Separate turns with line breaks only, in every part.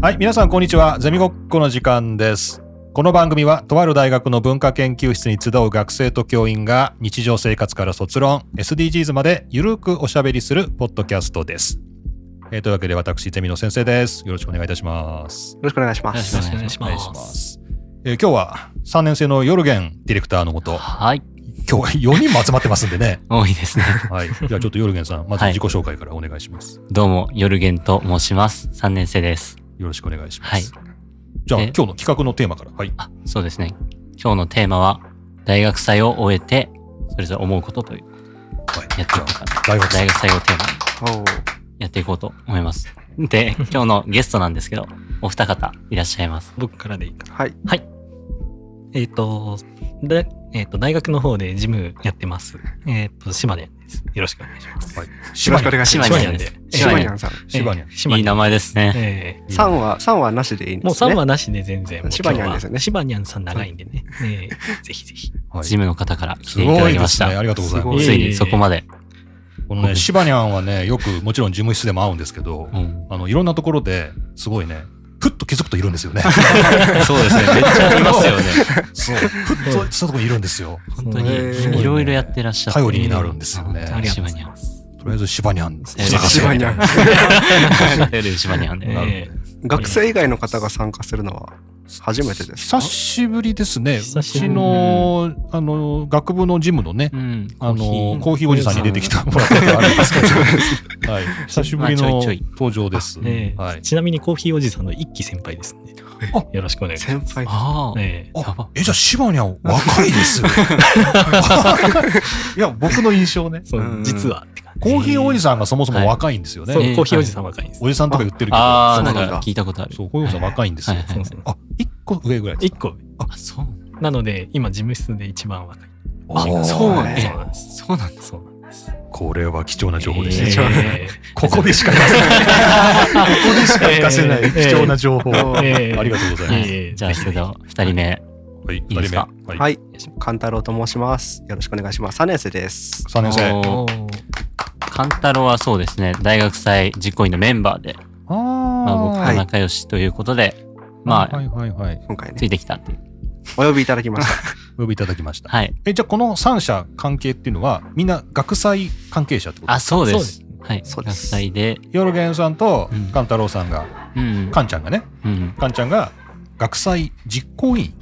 はい、皆さんこんにちは。ゼミごっこの時間です。この番組はとある大学の文化研究室に集う学生と教員が日常生活から卒論、SDGs までゆるくおしゃべりするポッドキャストです。えーというわけで私ゼミの先生です。よろしくお願いいたします。
ろしくお願いしま
よ
す
ろ。しくお願いします
す。えー今日は3年生のヨルゲンディレクターのもと、
はい。
今日は4人も集まってますんで ね。
多いですね。
はい。じゃあちょっとヨルゲンさん、まず
はい
自己紹介からお願いします。
どうも、ヨルゲンと申します。3年生です。
よろしくお願いします。じゃあ
で
今日の企画のテーマから。はい。
あ、そうですね。今日のテーマは、大学祭を終えて、それぞれ思うことという、
はい
やっていこうかな。
大学生
大学祭をテーマに
おう
やっていこうと思います。で、今日のゲストなんですけど、お二方いらっしゃいます。
僕からでいいかな。
はい。
えっ、と、で、えっ、と、大学の方で事務やってます。えっ、と、島根です。よろしくお願いします。
はい。
よろしくお願いしま
島
す。
根
島
さん
根
です。
シバ
島
ニ
根
ャンさん。
シバニャ
え
ン
ー島
い
根
い名前ですね。
え
3は、三はなしでいいん
ー
で
もう
すね。
3はなしで全 然。もう
シバニャンですね
今日はシバニャンさん長いんでね。えーぜひぜひ。
はい
ジムの方から来
す
ていた
ご
だ
い
き
で
まし
すね。あ
た。
りがとうございますす。
ご
ついにそこまで。
このね、シバニャンはね、よくもちろん事務室でも会うんですけど、
うん
あの、いろんなところですごいね、ふっと気づくといるんですよね。
そうですね。めっちゃありますよね。
そう。ふっとしたところいるんですよ。
本当
へー
に、いろいろやってらっしゃって。
頼りになるんですよね。
ありがとう
島
ご
に
ざい
ゃん
ま。す。
とりあえずシバニャン探せ。
シバニャン。
頼りに島にゃん
え
で。
なる
ー
ほど
学生以外の方が参加するのは初めてですか
久しぶりですね。う
久しぶ
ち
り
の、あの、学部のジムのね
う、ん。
あの、
コ
コ
ー
ーヒ
ヒー
ーおじさんに出てきたもらったことあるんですけ ど、はい。久しぶり
まあ
の
ちょいちょい
登場です。
えー
はい。
ちなみにコーヒーおじさんの一期先輩ですね
あ。
よろしくお願いします。
先輩。、
ああ。
え
あ
やば
え、じゃあ、シバニャン、若いですよ。 いや、僕の印象ね
ー。そううん実はって感じ。
コーヒーおじさんがそもそも若いんですよね。
そう
えー
コーヒーおじさん若いんです。
おじさんとか言ってるけど、
ああ、
そ
な
うんなんだ
か聞いたことある。
そう、コーヒーおじさん若いんですよ
はい。はい
そうそう。
あ、一個上ぐらいですか。
1個。
あ、そう。
なので、今、事務室で一番若い。
あ
あ
そう
なん
だ
そうなんです。
そうなんだ。
そうなんです。
これは貴重な情報です
え
ね。
ー
ここでしか出せない。ここでしか聞かせない
えー
貴重な情報。
え
あ
えー
りがとうございま
は
す。
ええ
い。じゃあ、それでは二人目。
はい、
いいですか
二人目。。
はいい。勘太郎と申します。よろしくお願いします。3年生です。
3年生。
おーカンタロウはそうですね、大学祭実行委員のメンバーで、
あ
まあ、僕
あ
と仲良しということで、ま
は
あ、
いはいはい。
今回
つい
ね、
てきたっていう。
お呼びいただきました。
お呼びいただきました。
はい。
え、じゃあこの3社関係っていうのは、みんな学祭関係者ってこと
あ、そうで。
そうです
はい。
そう
学
です
祭で、
ヨルゲンさんと
うん
カンタロウさんが、
うん。
カンちゃんがね、
うん。
カンちゃんが学祭実行委員。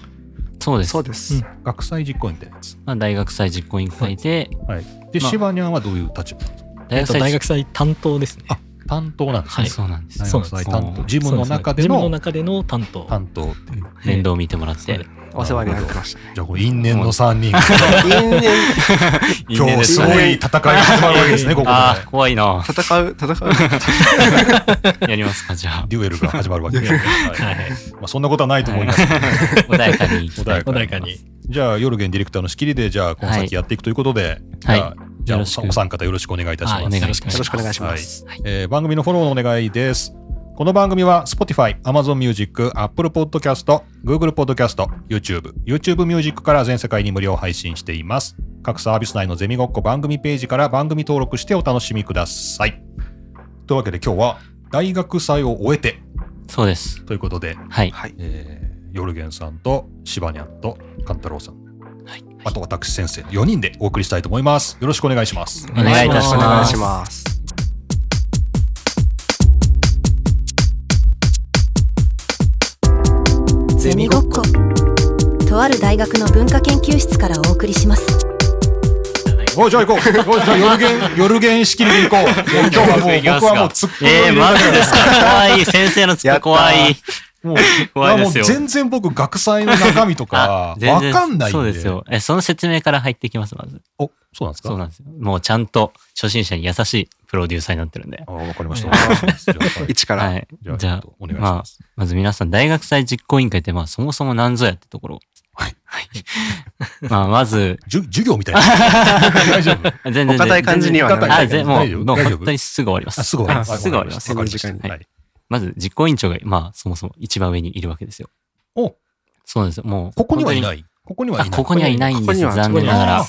そうです
そう。です。
学祭実行委員ってやつ。
まあ、大学祭実行委員会で、
はい。で、
まあ
シバニャンはどういう立場
大
えっ
学
と
祭
大学祭担当ですね。
あ担当なんですね。
そうなんです。
大
そう
学
なん
祭
です
担当。事
そう
務
で
の
す
中で
事務
の
の中での担当。
担当っていう。
ええ
面倒を見てもらっ
そう
て
です。
お世話になってました。
じゃあこれ因縁の3人。
因 縁
今日すごい戦いが始まるわけですね、ここで。
ああ、怖 いな。
戦う、戦う。
やりますか、じゃあ。
デュエルが始まるわけですね。
は
はい
い。
まあそんなことはないと思いますけど。
穏やか に。
穏や
穏やかに。。
じゃあ、夜現ディレクターの仕切りで、じゃあ、この先やっていくということで、じゃあじゃあお
よろしく
三お三方よろしくお願いいたしま
はい
す。
お願いします
よろしくお願いします。
えー番組のフォローのお願いです。この番組は Spotify、Amazon Music、Apple Podcast、Google Podcast、YouTube、YouTube Music から全世界に無料配信しています。各サービス内のゼミごっこ番組ページから番組登録してお楽しみください。というわけで今日は大学祭を終えて
そうです。
ということで、
はい。
はい。
えー、ヨルゲンさんとシバニャンとカンタロウさん、
はい
あと私先生4人でお送りしたいと思います。よろしくお願いします。
お願いいたし
お願
ま
い
す
し。ます。
ゼミごっこ。とある大学の文化研究室からお送りします。
おいじゃあ行こう。おいじゃあ夜限、夜限仕切りで行 こう。今日はもう、僕はもう突っ込んで
えー、マジですか 怖い。先生のつっ怖
や
い。
もう、
怖い
や
で
もう
すよ。
全然僕、学祭の中身とか、わ
全然
かんないんで。
そうです。よ。え、その説明から入ってきます、まず。
お、そうなんですか
そうなんですよ。もうちゃんと初心者に優しいプロデューサーになってるんで。
あわかりました。
う
お
ん
願いしますじゃあ はい
一から。
はい。
じゃあ、
じゃあ
ちょっとお願いします。
まず皆さん、大学祭実行委員会って、まあ、そもそも何ぞやってところ。
はい。
まあ、まず、
じゅ授業みたい な。大丈夫
全然。
お堅い感じにはならな
あ、
い。
ぜも
大丈
う、
夫
も
大
う
丈夫
本当にすぐ終わります。
あ、すぐ終わります。
すぐ終わります
わかりました
この時
間に
はい
まず実行委員長が、まあ、そもそも一番上にいるわけですよ。
お、
そうなんですよ。もう。
ここにはい
い。
ない。ここにはい
あ、
ない。
ここにはいないん
ここ
です
には
残念ながら。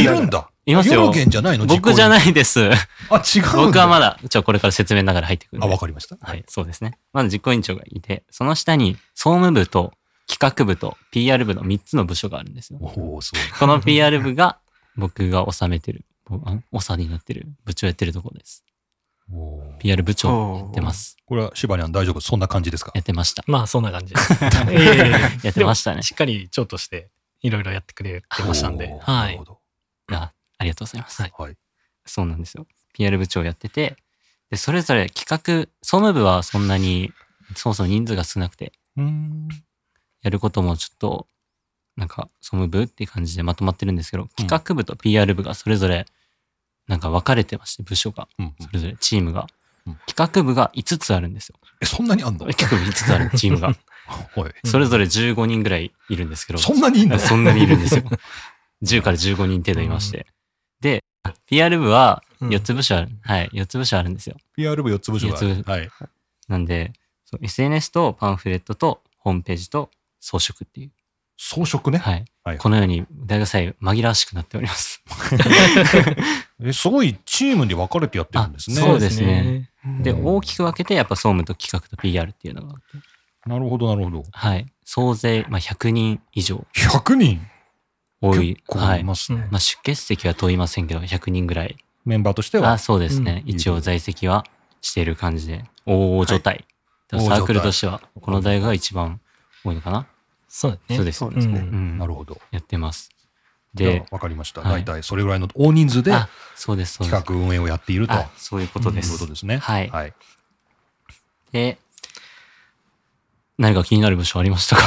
いるんだ。
います
ヨ
よ
ロ。ゲンじゃないの
僕じゃ
い。
ないです。
あ、違うんだ。
僕はま
だ。
だ、ちょ、これから説明ながら入ってくるんで。
あ、わかりました。
はい、そうですね。まず実行委員長がいて、その下に総務部と企画部と PR 部の3つの部署があるんですよ。
おお、す
この PR 部 が僕が収めてる、ぼあおさになってる、部長やってるところです。
ごい。おー
PR 部長やってます。
これはシバニャン大丈夫そんな感じですか
やってました。
まあ、そんな感じです。ええ
やってましたね
でもしっかり長として、いろいろやってくれてましたんで
お。ー
は
ないるほ。ど
あありがとうございます。
はい
はい。
そうなんですよ。PR 部長やってて、で、それぞれ企画、総務部はそんなに、そもそも人数が少なくて、
うーん。
やることもちょっと、なんか、総務部っていう感じでまとまってるんですけど、企画部と PR 部がそれぞれ、なんか分かれてまして、部署が、
うん
それぞれチームが
うん。
企画部が5つあるんですよ。
え、そんなにあんの
企画部5つあるチームが。
はい。
それぞれ15人ぐらいいるんですけど、
そんなにいいんだ。
そんなにいるんですよ。10から15人程度いまして。で、PR 部は
うん
4つ部署ある。はい、4つ部署あるんですよ。
PR 部4つ部署がある
四つ
はい。
なんで、そう SNS とパンフレットとホームページと装飾っていう。
装飾ね。
はい。
はい
このように大学祭紛らわしくなっております。
え、すごいチームに分かれてやってるんですね。
あそうですね。で、
うん
大きく分けてやっぱ総務と企画と PR っていうのがあって。
なるほど、なるほど。
はい。総勢、まあ、100人以上
100人
多い。
こ
は
うい
い。
ますね。
うん
まあ、出欠席は問いませんけど、100人ぐらい。
メンバーとしては
あ、。そうですね。
うん
一応在籍はしている感じで。大状態。でもサークルとしては、この大学が一番多いのかな。
そうですね。
そう
で
です
そ
よ
う
ね。
ですね。
うん
うん。
なるほど。
やってます。
で
で、、
分かりました。
は
大
い
体それぐらいの大人数で
あ、そうです、そうです
企。画運営をやっていると。
あそういうこと
い
で
うこと
す。
ですね。
はい
はい。
で、何か気になる部署ありましたか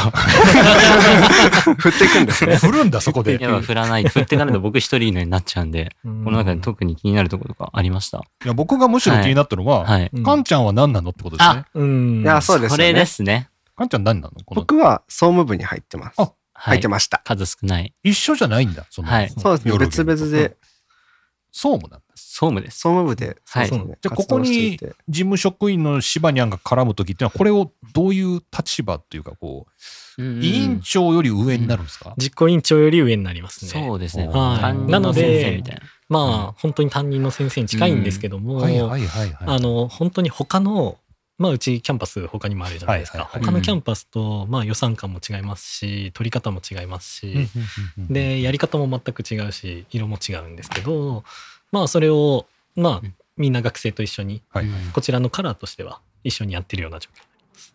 振っていくんですね。
振るんだ、そこで。
いや、まあ振らない。振ってかないと僕一人になっちゃうんで、この中で特に気になるところとかありました。
いや、僕がむしろ気になったのは、
はい。
うん
かんちゃんは何なのってことですね。
うん。
いや、そうです
こ
よ
れ
ね。
ですね。
かんちゃん何なのこの、
僕は総務部に入ってます。
あ
は
入っ
い
て。ました。
数少ない。
一緒じゃないんだ。その、
はい
そうですね。
夜の
別々で、
そうもなんだ。
総務です。
総務部で、
はい
そうですね
じゃあ、ここに
活動していて
事務職員のシバニャンが絡むときってのは、これをどういう立場っていうか、こう、委員長より上になるんですか、
実行委員長より上になりますね。
そうですね。
はい
担任
な
の
の
先
で
生みたいな。
まあ、本当に担任の先生に近いんですけども、
はいはいはいはい。
あの、本当に他の、まあ、うちキャンパス他にもあるじゃないですか。
はいはいはい
他のキャンパスと、まあ、予算感も違いますし、取り方も違いますし、
うんうんうんうん、
で、やり方も全く違うし、色も違うんですけど、まあ、それを、ま
う
あ
ん、
みんな学生と一緒に、
はいはい
こちらのカラーとしては一緒にやってるような状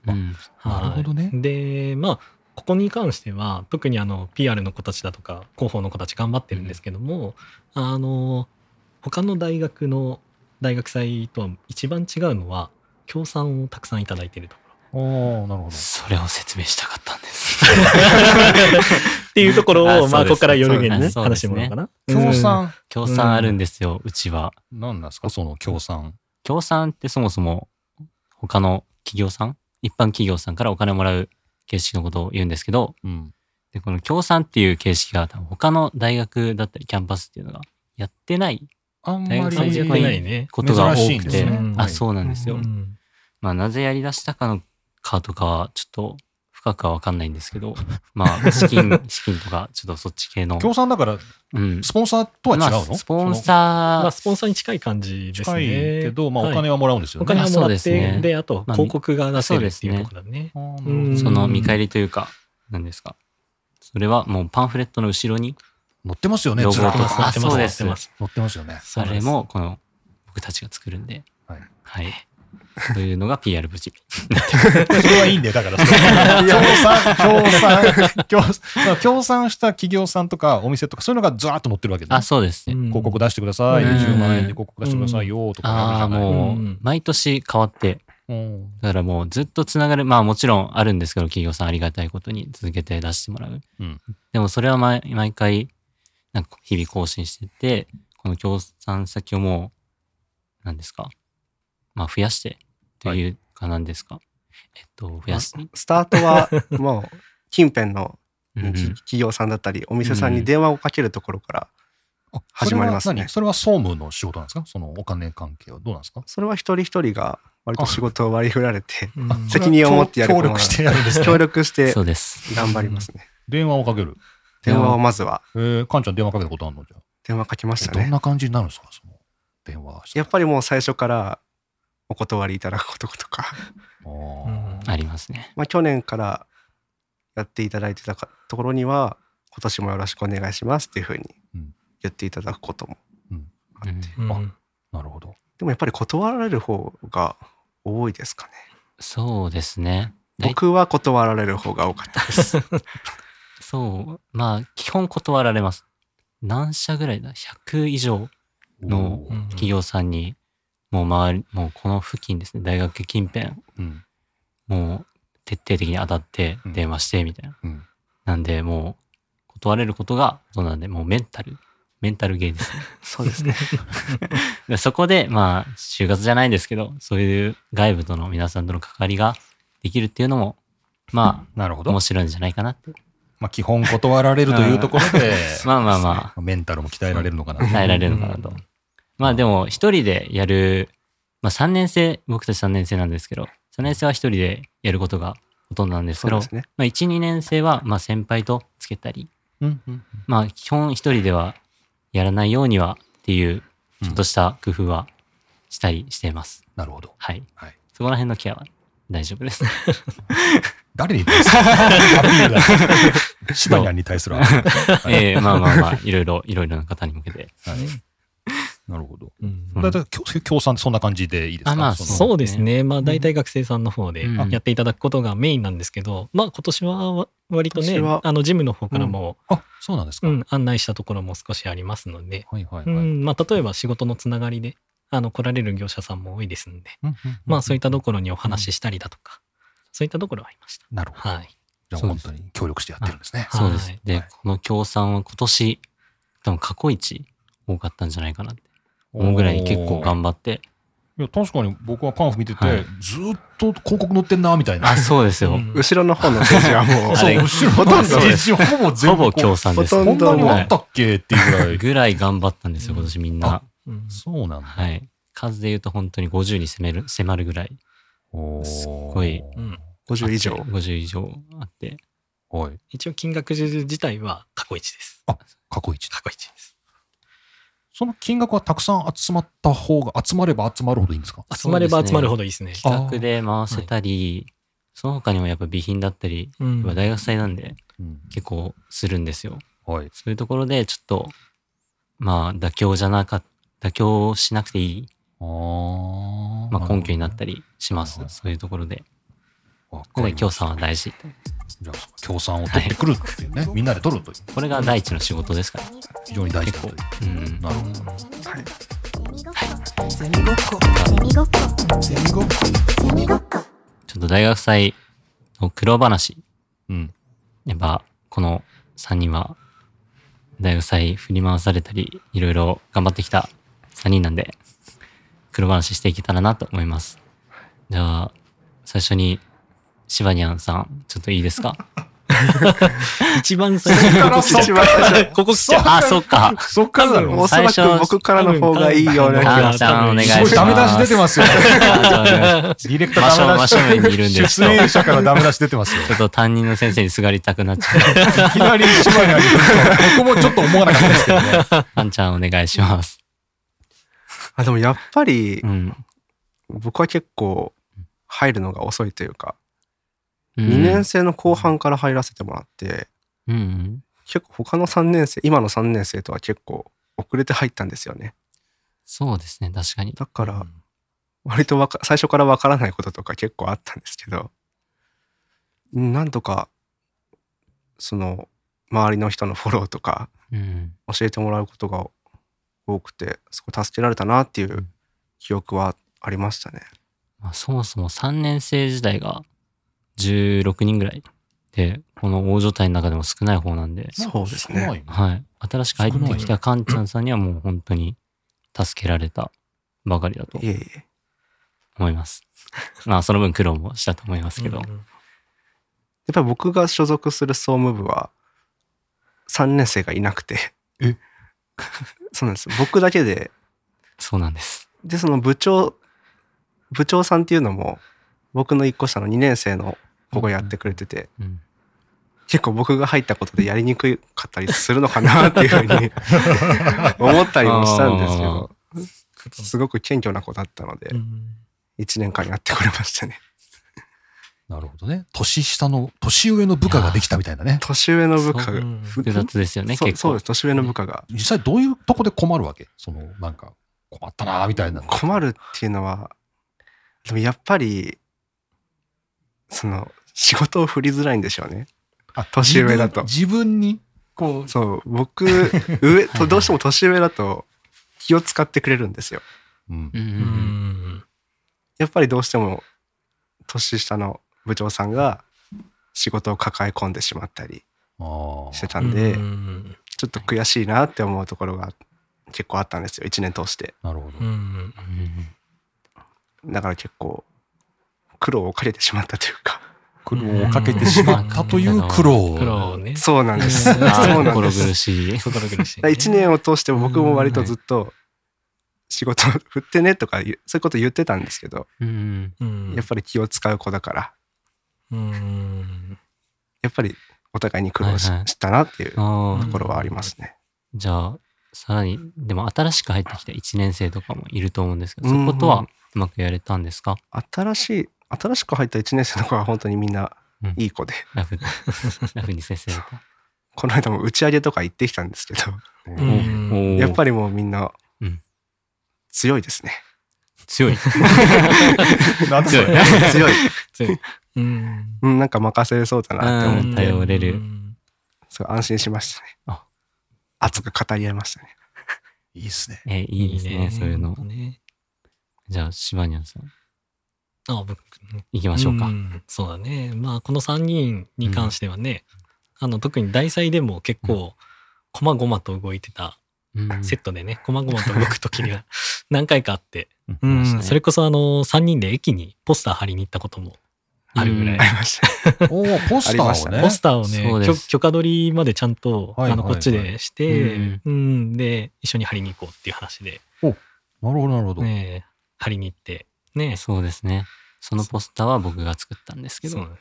況
うん
なるほどね
はいでまあここに関しては特にあの PR の子たちだとか広報の子たち頑張ってるんですけども、あの他の大学の大学祭とは一番違うのは協賛をたくさんいただいてるところ
おーなるほど。
それを説明したかったんです。
っていうところ
あ
を
そう
まあ
です
ここから夜限に
あそうで
話し
す
て
ね
もらおうか
協
な。
賛、
協賛あるんですよ、うちは。
何なんですかその協賛。
協賛ってそもそも他の企業さん、一般企業さんからお金をもらう形式のことを言うんですけど、
うん。
でこの協賛っていう形式が多分他の大学だったりキャンパスっていうのがやってない
あん
大
ま
学
り
う
祭事
んやっ
業
て
に
ないね。
ことが多
珍しいん
く
で
て、
す
ねうん
あ、そうなんですよ。
うん
まあなぜやり出したかのかとかはちょっと深くはわかんないんですけど、まあ資金、資金とかちょっとそっち系の。
協賛だから、
うん。
スポンサーとは違うの、
まあスポ
ー
ン
まあ
サー、
スポンサーに近い感じです
近い
ね。
けど、まあ、お
はい
金はもらうんですよ
お
ね。
金はもら
あそうで
っ
す
て、
ね
で、あと
まあ
広告が出せるっていうところだね。
あーなるほど
うん
その見返りというか、何ですか。それはもうパンフレットの後ろに
乗ってますよね、
ロゴ
ずらっ
と
と
か
載ってま
あそう
す
で
載
す
ってます。
乗ってますよね。
そう
あ
なん
れ
です
も、この、僕たちが作るんで。
はい
はい。というのが PR 無事。
そ れはいいんだよ、だ からそれは。協賛、協賛、協賛、協賛した企業さんとかお店とか、そういうのがずらっと載ってるわけで
あ、
す。
そうですね。
うん
広告出してください、
うん
20万円で広告出してくださいよとか
あ
あ
あ、
るじゃない、
もう
う、
ん毎年変わって、
うん
だからもうずっとつながる、まあもちろんあるんですけど、企業さんありがたいことに続けて出してもらう。
うん
でもそれは毎毎回、なんか日々更新してて、この協賛先をもう、何ですかまあ増やしてというかなんですか、えっと、増やし、
スタートは、もう、近辺の
うんうん
企業さんだったり、お店さんに電話をかけるところから、
あ
始まりますね
それは何それは総務の仕事なんですかそのお金関係はどうなんですか
それは一人一人が割と仕事を割り振られて、
うん
あ
責任を持ってやる
協力してやるんですね
協力して
そうです。
頑張りますね。
電話をかける。
電話をまずは、
えー、かんちゃん電話かけたことあるのじゃあ
電話かけました
どん
ね
な感じになるんですかその電話した
やっぱりもう最初からお断りいただくこととか、
あ
う
ー
ん
ありますね。
まあ、去年からやっていただいてたかところには今年もよろしくお願いしますっていうふうに
うん
言っていただくことも、
うん
うん
あなるほど
でもやっぱり断られる方が多いですかね
そうですね。だい
僕は断られる方が多かった です。
そう。まあ、基本断られます。何社ぐらいだ ?100 以上の
うん
企業さんに、もう周り、もうこの付近ですね、大学近辺、
うん
もう徹底的に当たって
うん
電話して、みたいな。
うん
なんで、もう、断れることが、そうなんで、もうメンタル、メンタルゲーですね。
そうですね。
でそこで、まあ、就活じゃないですけど、そういう外部との皆さんとの関わりができるっていうのも、ま
なるほ
あ、
ど
面白いんじゃないかなって。
まあ基本断られるというところ で
まあまあまあ、
メンタルも鍛えられるのかな
耐えられるのかなと。
うん
まあでも、一人でやる、まあ3年生、僕たち3年生なんですけど、3年生は一人でやることがほとんどなんです
そ
け
う
ど、
ですね。
まあ1、2年生は、まあ先輩とつけたり、
うんうん
まあ基本一人ではやらないようにはっていう、ちょっとした工夫はしたりしています。
なるほど
はい。
はい
そこら辺のケアは大丈夫です。
誰に対するアピールだシバニャンに対するアピール
ええまあまあまあ、いろいろ、いろいろな方に向けて。
はいなるほど
うん
うん
だいたい協賛ってそんな感じでいいですか
あまあ
その
そうですね、まあ大体学生さんの方で
うん
やっていただくことがメインなんですけど、まあ今年は割とね
今年は
あのジムの方からも、
あそうなんです
う
か
ん案内したところも少しありますので、
はいはいはいううんうん
んまあ、例えば仕事のつながりであの来られる業者さんも多いですので、
うん
まあそういったところにお話ししたりだとか、そういったところはありました。
なるほど
はい、
じゃあ本当に協力してやってるんですね
あ
そうです
はい。
で、
はい
この協賛は今年、多分過去一多かったんじゃないかなって思うぐらい結構頑張って。
いや確かに僕はパンフ見てて、
はい
ずーっと広告載ってんなみたいな
あ、。そうですよ。
うん
後ろの方のページはも う、
あれ
後ろ
ほとんど
ページほぼ
ほ
全部
ぼ協賛です。
ほ
こん
と
なんに
ど
もあったっけっていうぐらい。
ぐらい頑張ったんですよ、今年みんな。
うん
そうなんだ。
はい。数で言うと本当に50に攻める、迫るぐらい。
おー
すっごい。
うん
50以上
あっ。て50以上あって。
はい。
一応金額自体は過去一です。
過去一。
過去一です。
その金額はたくさん集まった方が、集まれば集まるほどいいんですか
集まれば集まるほどいいですね。
あ
企画で回せたり、その他にもやっぱ備品だったり、
うん
やっぱ大学祭なんで
うん
結構するんですよ。
はい。
そういうところでちょっと、まあ妥協じゃなかった、妥協しなくていい、
あー
まあ根拠になったりします
なるほ。ど
そういうところで。
わか
今
りました
日さんは大事。
じゃあ、協賛を取ってくるっていうね、みんなで取るという、
これが第一の仕事ですから。
非常に大事だという。
うん。
なるほど。
セミごっこセミごっこ
ちょっと大学祭の苦労話。
うん。
やっぱ、この3人は、大学祭振り回されたり、いろいろ頑張ってきた3人なんで、黒話していけたらなと思います。じゃあ、最初に、シバニャンさん、ちょっといいですか
一番最初にここ来ちゃう
一番最初
ここ来ちゃう
あ、そっか。
そっからだ
ろ
お そら
最初
く僕からの方がいいような気
あ
が。
ーちゃん、お願いしますす。
ごいダメ出し出てますよ。
す。
ディレクター
真
ダ
正
メ
真
出し
正。面にいるんで、ち
出
ょっ
演者からダメ出し出て ますよ。
と、ちょっと担任の先生にすがりたくなっちゃう。
いきなり一枚にあげると僕もちょっと思わなかったですけどね。
あんちゃん、お願いします。
あ、でもやっぱり
う、ん。
僕は結構入るのが遅いというか、
うん
2年生の後半から入らせてもらって、
うん。
結構他の3年生、今の3年生とは結構遅れて入ったんですよね。
そうですね、確かに。
だから、割とわか最初からわからないこととか結構あったんですけど、なんとか、その、周りの人のフォローとか、
うん。
教えてもらうことが多くてすごい助けられたなっていう記憶はありましたね。
まあ、そもそも3年生時代が16人ぐらいで、この大所帯の中でも少ない方なんで、
そうですね
少ない
はい。新しく入ってき
少
たカンちゃんさんにはもう本当に助けられたばかりだと
いえいえ。
思います。まあ、その分苦労もしたと思いますけど。
やっぱり僕が所属する総務部は3年生がいなくて
え
そうなんです僕だけで
そうなんです。
でその部長部長さんっていうのも僕の1個下の2年生の子がやってくれてて、
うん。
結構僕が入ったことでやりにくかったりするのかなっていうふうに思ったりもしたんですけど、すごく謙虚な子だったので
う、ん
1年間やってこれましたね。
なるほどね。年下の、年上の部下ができたみたいなね。
年上の部下
う
が、
ん
ふ
複雑ですよね、
そう
結
そう
構
です。。年上の部下が
実際どういうとこで困るわけその、なんか、困ったなーみたいな。
困るっていうのは、でもやっぱり、その、仕事を振りづらいんでしょうね。
あ
年上だと
自分自分に、こう、
そう、僕、上、とどうしても年上だと気を使ってくれるんですよ。
うん
うんうんう
う
ん
ん
やっぱりどうしても年下の部長さんが仕事を抱え込んでしまったり
あ
して
ー
たんで、
うん
ちょっと悔しいなって思うところが結構あったんですよ1年通して
なるほど
う。ん
うん
だから結構苦労をかけてしまったというか
苦労をかけてしまったという苦労。
苦労ね
そうなんです
う
そ
ん
う
あー
なん
心
で
苦
す
し い。
心苦しいね
1年を通して僕も割とずっと仕事振ってねとか言うそういうこと言ってたんですけど
うん
うん
やっぱり気を使う子だから
うん
やっぱりお互いに苦労し
はいはい
したなっていう
うん
と
あー
ころはありますね。
じゃあ、さらに、でも新しく入ってきた1年生とかもいると思うんですけど、
う
そ
ん
ことはうまくやれたんですか
新しい新しく入った1年生の子は本当にみんな
うん
いい子で、
ラフ、 ラフに先生と。
この間も打ち上げとか行ってきたんですけど、
う
うん
ん
やっぱ
り
りもうみんな
うん
強いですね、
強い。
なんでそれ
強
強
い
い、
強いうん
うん、なんか任せれそうだなって思って、
うん頼れる
うん
すごい安心しましたね
あ
熱く語り合いましたね
いいですね。
え、いいですね、そういうの
本当。ね
じゃあ、シバニャンさん、
あ僕
行きましょうか
う。んそうだねまあこの3人に関してはね、あの特に題材でも結構こまごまと動いてた
うん
セットでねこまごまと動く時に は何回かあって、
う
うんん、それこそあの3人で駅にポスター貼りに行ったこともあるぐらい、
ありま した
おお、ポスタ
ありまし
ーを
た
ね。
ね
ポスターを
そう
ね
で
許
す
許可取りまでちゃんと、
はい
あの
はい
こっちでして、
うん
うん、で一緒に貼りに行こうっていう話で、
なるほど、なるほど。
ね、貼りに行ってね
そうですね。そのポスターは僕が作ったんですけ
そう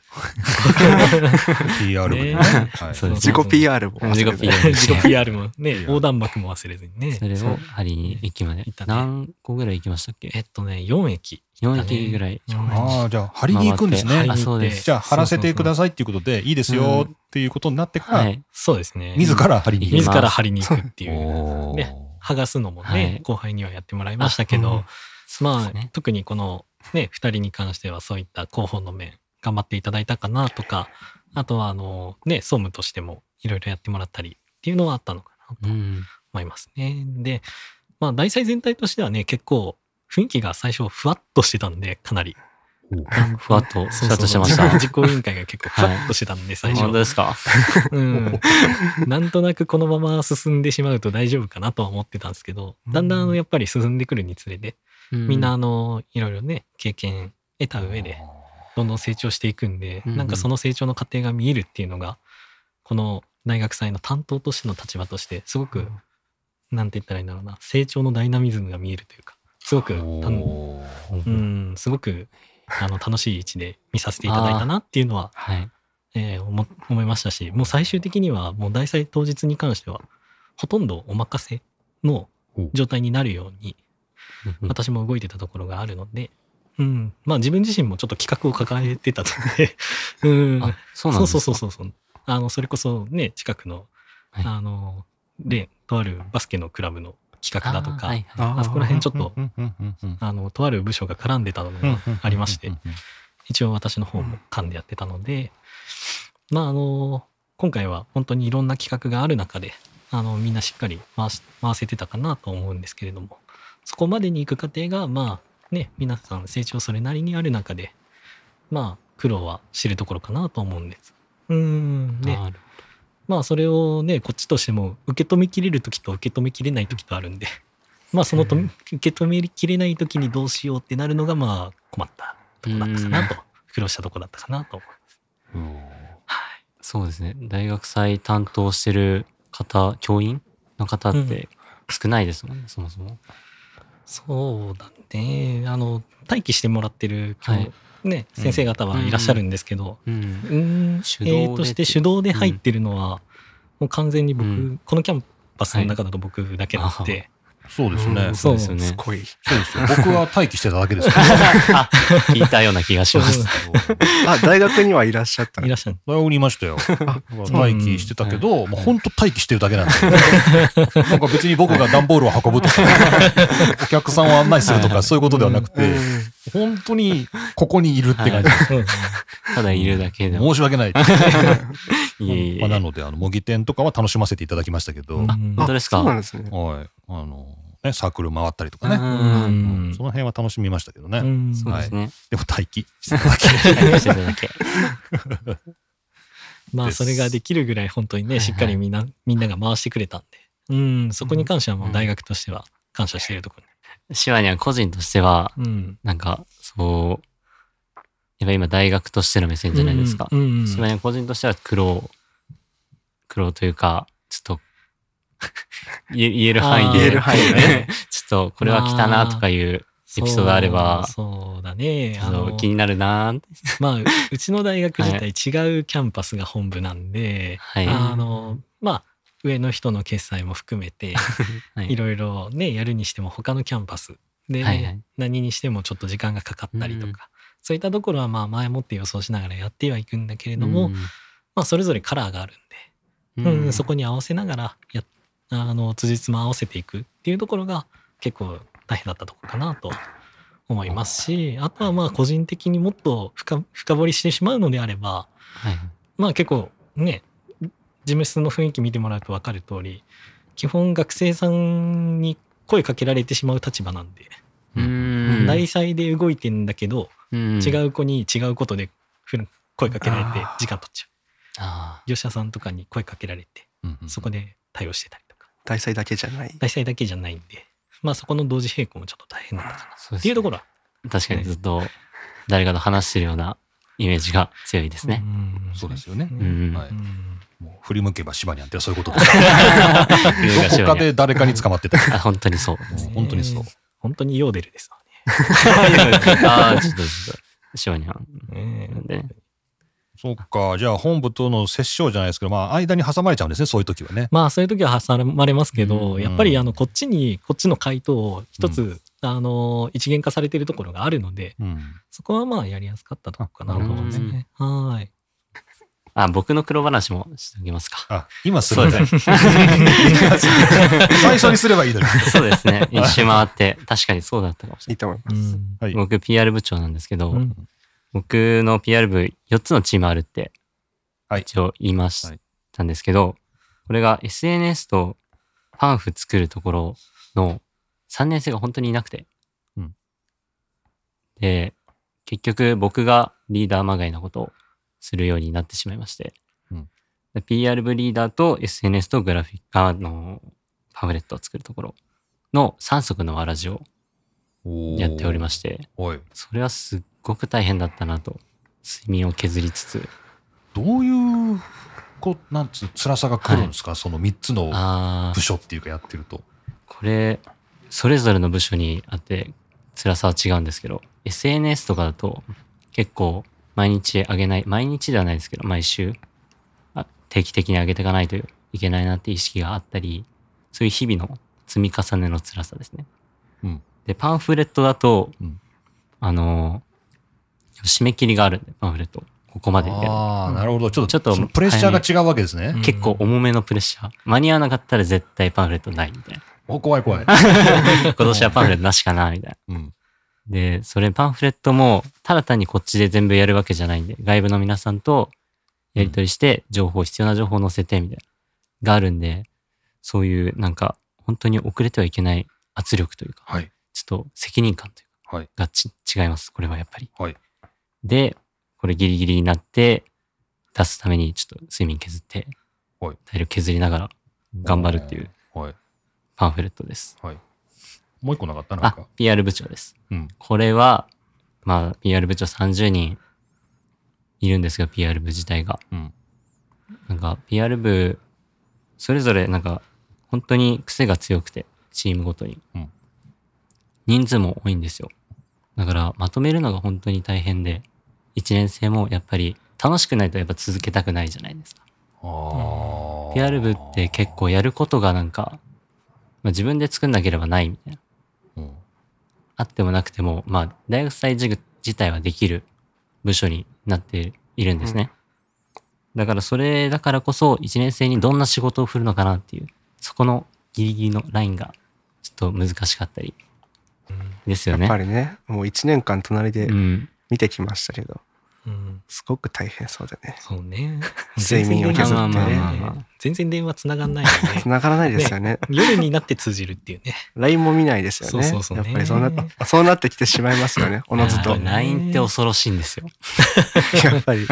ど、
なんです
PR 部ね。
ね
はい
そうです
自己 PR も忘れずに
自己 PR
自己 PR もね
PR
横断幕も忘れずにね
それをハリーに駅まで
行った。ね
何個ぐらい行きましたっけ
えっとね4駅
?4 駅ぐらい。
行ったね
ああ、じゃあ、張りに行くんです
回って
ね
あ、。そうです。
じゃあ、貼らせてくださいっていうことで、いいですよっていうことになってか
は
ら、
い。
そうですね
自ら貼りに行
自
く。
ら貼りに行くっていう
おー
ね剥がすのもね、
はい
後輩にはやってもらいましたけど、
あうんそうで
ますあ
ね
特にこのね2人に関してはそういった広報の面頑張っていただいたかなとかあとはあのね総務としてもいろいろやってもらったりっていうのはあったのか
う
なと
ん。
思いますね。でまあ題材全体としてはね結構雰囲気が最初ふわっとしてたんでかなり
ふわっと、
そ
スタ
うそ
ー
う
トしてました。
実行委員会が結構ふわっとしてたんで、最初
本当。ですか
うん。なんとなくこのまま進んでしまうと大丈夫かなとは思ってたんですけど、だんだんあのやっぱり進んでくるにつれて、みんなあの、いろいろね、経験得た上で、どんどん成長していくんで、
うん
なんかその成長の過程が見えるっていうのが、この大学祭の担当としての立場として、すごく、なんて言ったらいいんだろうな、成長のダイナミズムが見えるというか、すごくたん
おー
うん、すごくあの楽しい位置で見させていただいたなっていうのは、
はい。
えー思思いましたしもう最終的にはもう大祭当日に関してはほとんどお任せの状態になるように私も動いてたところがあるので、うん、まあ自分自身もちょっと企画を抱えてたので、うん、
あ、そうなんです
そ
か
うそうそうそうあのそれこそね近くの、
はい
あの例とあるバスケのクラブの企画だと
あー
かあ,、
はいはい
ー
そこら辺ちょっと、
うんうんうんうん
あのとある部署が絡んでたの
うん
がありまして、
うんうんうん
一応私の方も噛んでやってたので、まああの今回は本当にいろんな企画がある中であのみんなしっかり回し回せてたかなと思うんですけれどもそこまでに行く過程がまあね皆さん成長それなりにある中でまあ苦労は知るところかなと思うんです。うんね、
なる
まあそれをねこっちとしても受け止めきれる時と受け止めきれない時とあるんでまあそのと受け止めきれない時にどうしようってなるのがまあ困ったとこだったかなと苦労したとこだったかなと思
そうですね。大学祭担当してる方、教員の方っ
うん
て少ないですもんね、そもそも。
うそうだねあの待機してもらってる教,、
はい
ね、先生方はいらっしゃるんですけど、
うん。
うん、
手動で
えーとして手動で入ってるのは、もう完全に僕、
うん
このキャンパスの中だと僕だけなので、
そうですね。
うん
そう
そうです
そ
よ
う
ね。
すごい。
ですよ。僕は待機してただけですけど
あ聞いたような気がします。
あ、大学にはいらっしゃった
いらっしゃる。
大学にいましたよ。待機してたけど、まあ本当待機してるだけなんですよ。なんか別に僕が段ボールを運ぶとか、お客さんを案内するとか、そういうことではなくて、本当にここにいるって感じ。
うん
ただいるだけでも。
申し訳ない。
いえいえ
まあなので、あの、模擬店とかは楽しませていただきましたけど、
う
は
ん
い。
本当ですか
そうなんですね。
あの、ね、サークル回ったりと
う
かね。
ん。
その辺は楽しみましたけどね。
うん
そうですね。
でも待機してただけ。
はいしてただけ。
まあ
です
それができるぐらい本当に
はい
ね
はい
しっかりみんなみんなが回してくれたんでうんそこに関してはもう大学としては感謝しているとこ
シワニャン個人としては、
ろうん
なんか、そう、やっぱ今大学としての目線じゃないですか
う。んうん
シワニャン個人としては苦労、苦労というか、ちょっと 言え、言える範囲で、
あー言える
範囲で
ね
ちょっとこれは来たなとかいう、エピソードあれば
そうそうだねあ
そ
の
う気になるなーって
まあううちの大学 自体違うキャンパスが本部なんで
はい。
あのまあ上の人の決済も含めて
はい
いろいろねやるにしても他のキャンパスで、
はいはい
何にしてもちょっと時間がかかったりとか、
うん
そういったところはまあ前もって予想しながらやってはいくんだけれども、まあ、それぞれカラーがあるん
うん
で、うんそこに合わせながらやあの辻褄合わせていくっていうところが結構大変だったところかなと思いますしあとはまあ個人的にもっと深深掘りしてしまうのであれば
はい
まあ結構ね事務室の雰囲気見てもらうと分かる通り基本学生さんに声かけられてしまう立場なんで、
うん
内裁で動いてんだけど、
うん
違う子に違うことでふる声かけられて
あー
時間取っちゃ
あ
う業者さんとかに声かけられて
うんうん
そこで対応してたりとか
大祭だけじゃない。
内裁だけじゃないんでまあそこの同時並行もちょっと大変だったかな
ーそ
っていうとこ
ろ。
ろは
確かにずっと誰かと話してるようなイメージが強いですね。
そうですよね。
うん
うん
はい
うん
もう振り向けばシバニャンってそういうことです。どこかで誰かに捕まってた。
あ、本当にそう。
もう 本当にそう。
本当にヨーデルですわ
ああ、ちょっとちょっと。シワニャン
ね
なんでね。
そうか。じゃあ本部との折衝じゃないですけど、まあ間に挟まれちゃうんですね、そういう時はね。
まあそういう時は挟まれますけど、
うん
やっぱりあのこっちにこっちの回答を一つ、あの一元化されてるところがあるので
うん。
そこはまあやりやすかったとこかなと思うんですね。はい
あ、僕の黒話もしておきますか。
あ、今するんだ
そ う
最初にすればいいのに。
そうですね。 一周回って、確かにそうだったかもし
い
れない
いと思いま
うん
はい
い。僕 PR 部長なんですけど、
うん
僕の PR 部4つのチームあるって
はい
一応言いまし
はい
たんですけど、これが SNS とパンフ作るところの3年生が本当にいなくて、
うん
で結局僕がリーダーまがいなことをするようになってしまいまして、
うん
で PR 部リーダーと SNS とグラフィックあのパンフレットを作るところの3足のわらじを
おー
やっておりまして、
はい。
それはすっごく大変だったなと睡眠を削りつつ
どういう、こう、なんつう、辛さが来るんですか、その3つの
あ
部
あ
署っていうかやってると。
これそれぞれの部署にあって辛さは違うんですけど SNS とかだと結構毎日上げない毎日ではないですけど毎週あ定期的に上げていかないといけないなって意識があったりそういう日々の積み重ねの辛さですね、
うん
でパンフレットだと、
うん
あの締め切りがあるんでパンフレットここまでやる
ああ、なるほど。ちょっと、
ちょっと
そのプレッシャーが違うわけですね。
結構重めのプレッシャー。間に合わなかったら絶対パンフレットないみたいな。
お、怖い怖 い。
今年はパンフレットなしかな、みたいな。
うん。
で、それパンフレットも、ただ単にこっちで全部やるわけじゃないんで、外部の皆さんとやり取りして、情報、必要な情報を載せて、みたいな、があるんで、そういう、なんか、本当に遅れてはいけない圧力というか、
はい。
ちょっと責任感というか、
はい
がち違います。これはやっぱり。
はい
で、これギリギリになって、出すためにちょっと睡眠削って、
はい
体力削りながら頑張るっていう
はい。
パンフレットです。
もう一個なかったなん
あ
か。、
PR 部長です。
うん
これは、まあ、PR 部長30人いるんですが、PR 部自体が。
うん
なんか、PR 部、それぞれなんか、本当に癖が強くて、チームごとに。
うん
人数も多いんですよ。だから、まとめるのが本当に大変で、 1年生もやっぱり楽しくないとやっぱ続けたくないじゃないですか。
あー
PR 部って結構やることがなんか、まあ、自分で作んなければないみたい
う
な。
ん
あってもなくても、まあ、大学祭事自体はできる部署になっているんですね。だからそれだからこそ1年生にどんな仕事を振るのかなっていう、そこのギリギリのラインがちょっと難しかったりですよ
や
ね。
っぱりね、もう1年間隣で
うん。
見てきましたけど、
うん、
すごく大変そうでね。
そうね
睡眠を削ってね
全然電話
まあ
まあまあ
全然電話つながんないよね
繋がらないですよね。
夜になって通じるっていうね
LINE も見ないですよね。
そうそうそう
や
ね
っぱりそうなそうなってきてしまいます よね。おのずと
あ。ー LINE って恐ろしいんですよ。
やっぱり。
い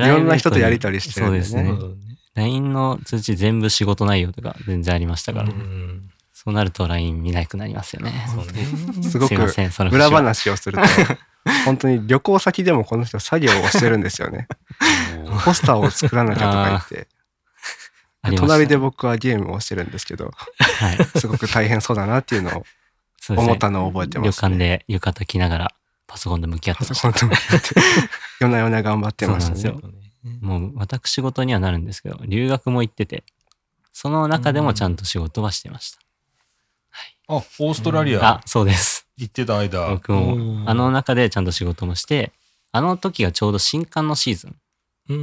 ろんな人とやり取りしてるんでね
そう ですね。LINE の通知全部仕事内容とか全然ありました
だ
か、
からら、うん、
そうなると LINE 見なくなりますよね。
そうね
すごく
すいませんその節は
裏話をすると、本当に旅行先でもこの人作業をしてるんですよね。ポスターを作らなきゃとか言って。
ありました
隣で僕はゲームをしてるんですけど、
はい。
すごく大変そうだなっていうのを
そうですね
思ったのを覚えてます、
旅館で浴衣着ながらパソコンと向き合って
パソ
まし
コ
た
ン。と向かって、夜な夜な頑張ってました
そう
ね
な。もう私事にはなるんですけど、留学も行ってて、その中でもちゃんと仕事はしてました。
あ、オーストラリア
あ、そうです。
行ってた間、
僕も
う、ん
あの中でちゃんと仕事もして、あの時がちょうど新刊のシーズン、
うんう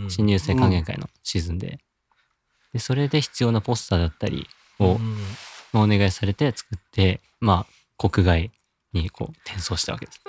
んうん
新入生歓迎会のシーズンで、でそれで必要なポスターだったりを
うん
お願いされて作って、まあ、国外にこう転送したわけです。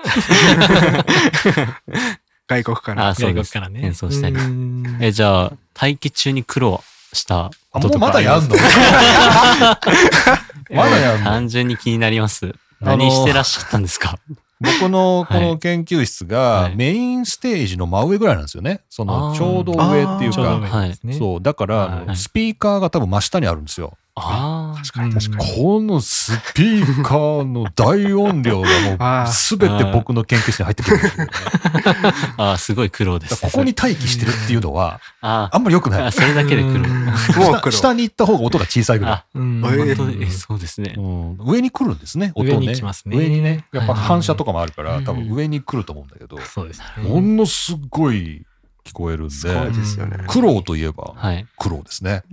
外国から。
あ、そう
外
で
国
す。
からね
転送したり
う。ん
え、じゃあ、待機中に苦労した
あ、
こ
も
と
う
と
ま
か
だ
ありま
や
す
ん のまだやんの
単純に気になります。
あのー
何してらっしゃったんで すか
僕のこ
は
の
い
研究室
は
が
い
メインステージの真上ぐらいなんですよね。その
あー
ちょうど上っていう
ちょうど
か、
上ですね、
そう、だから
はい
あのスピーカーが多分真下にあるんですよ。
ああ。
確かに確かに。
このスピーカーの大音量が
あ
もう
ー
すべて僕の研究室に入ってくるんですよ。だか
ああ、すごい苦労で
ら
す、
こ
ね。
こに待機してるっていうのは
あ
あんまり良く
ー
ない
あ、。それだけで苦労。
もう
下
黒。
下に行った方が音が小さいぐらい。
あ、
うん
えー
本当に、えそうですね
う。ん、上に来るんですね、音ね。
上に来ますね
上にね、やっぱ反射とかもあるから、
はい
多分上に来ると思うんだけど、
そうです
ものすごい聞こえるん
すごい
で、
ですよね。
苦労といえば
はい。
苦労ですね。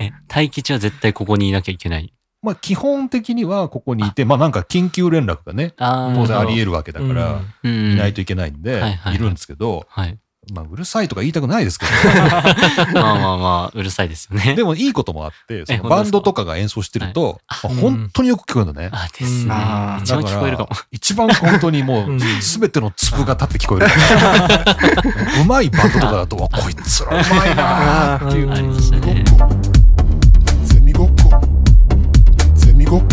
え、待機中は絶対ここにいなきゃいけない。
まあ基本的にはここにいて、まあなんか緊急連絡がね、
ああ。
当然あり
え
得るわけだから、
うん。
いないといけないんで
はいは、い
いるんですけど、
はい。
まあうるさいとか言いたくないですけ
まあまあまあ、うるさいですよ
ど、
ね。
でもいいこともあって、そ
え
のバンドとかが演奏してると、まあ
うん
本当によく聞こえるのね。
あ、ですね
あ。ー
一番聞こえるかも。
一番本当にも
う
うん全ての粒が立って聞こえ る。うまいバンドとかだと、わこいつらうまいな
あー
っていう。
ありましたね。
ゼミごっこゼミごっこ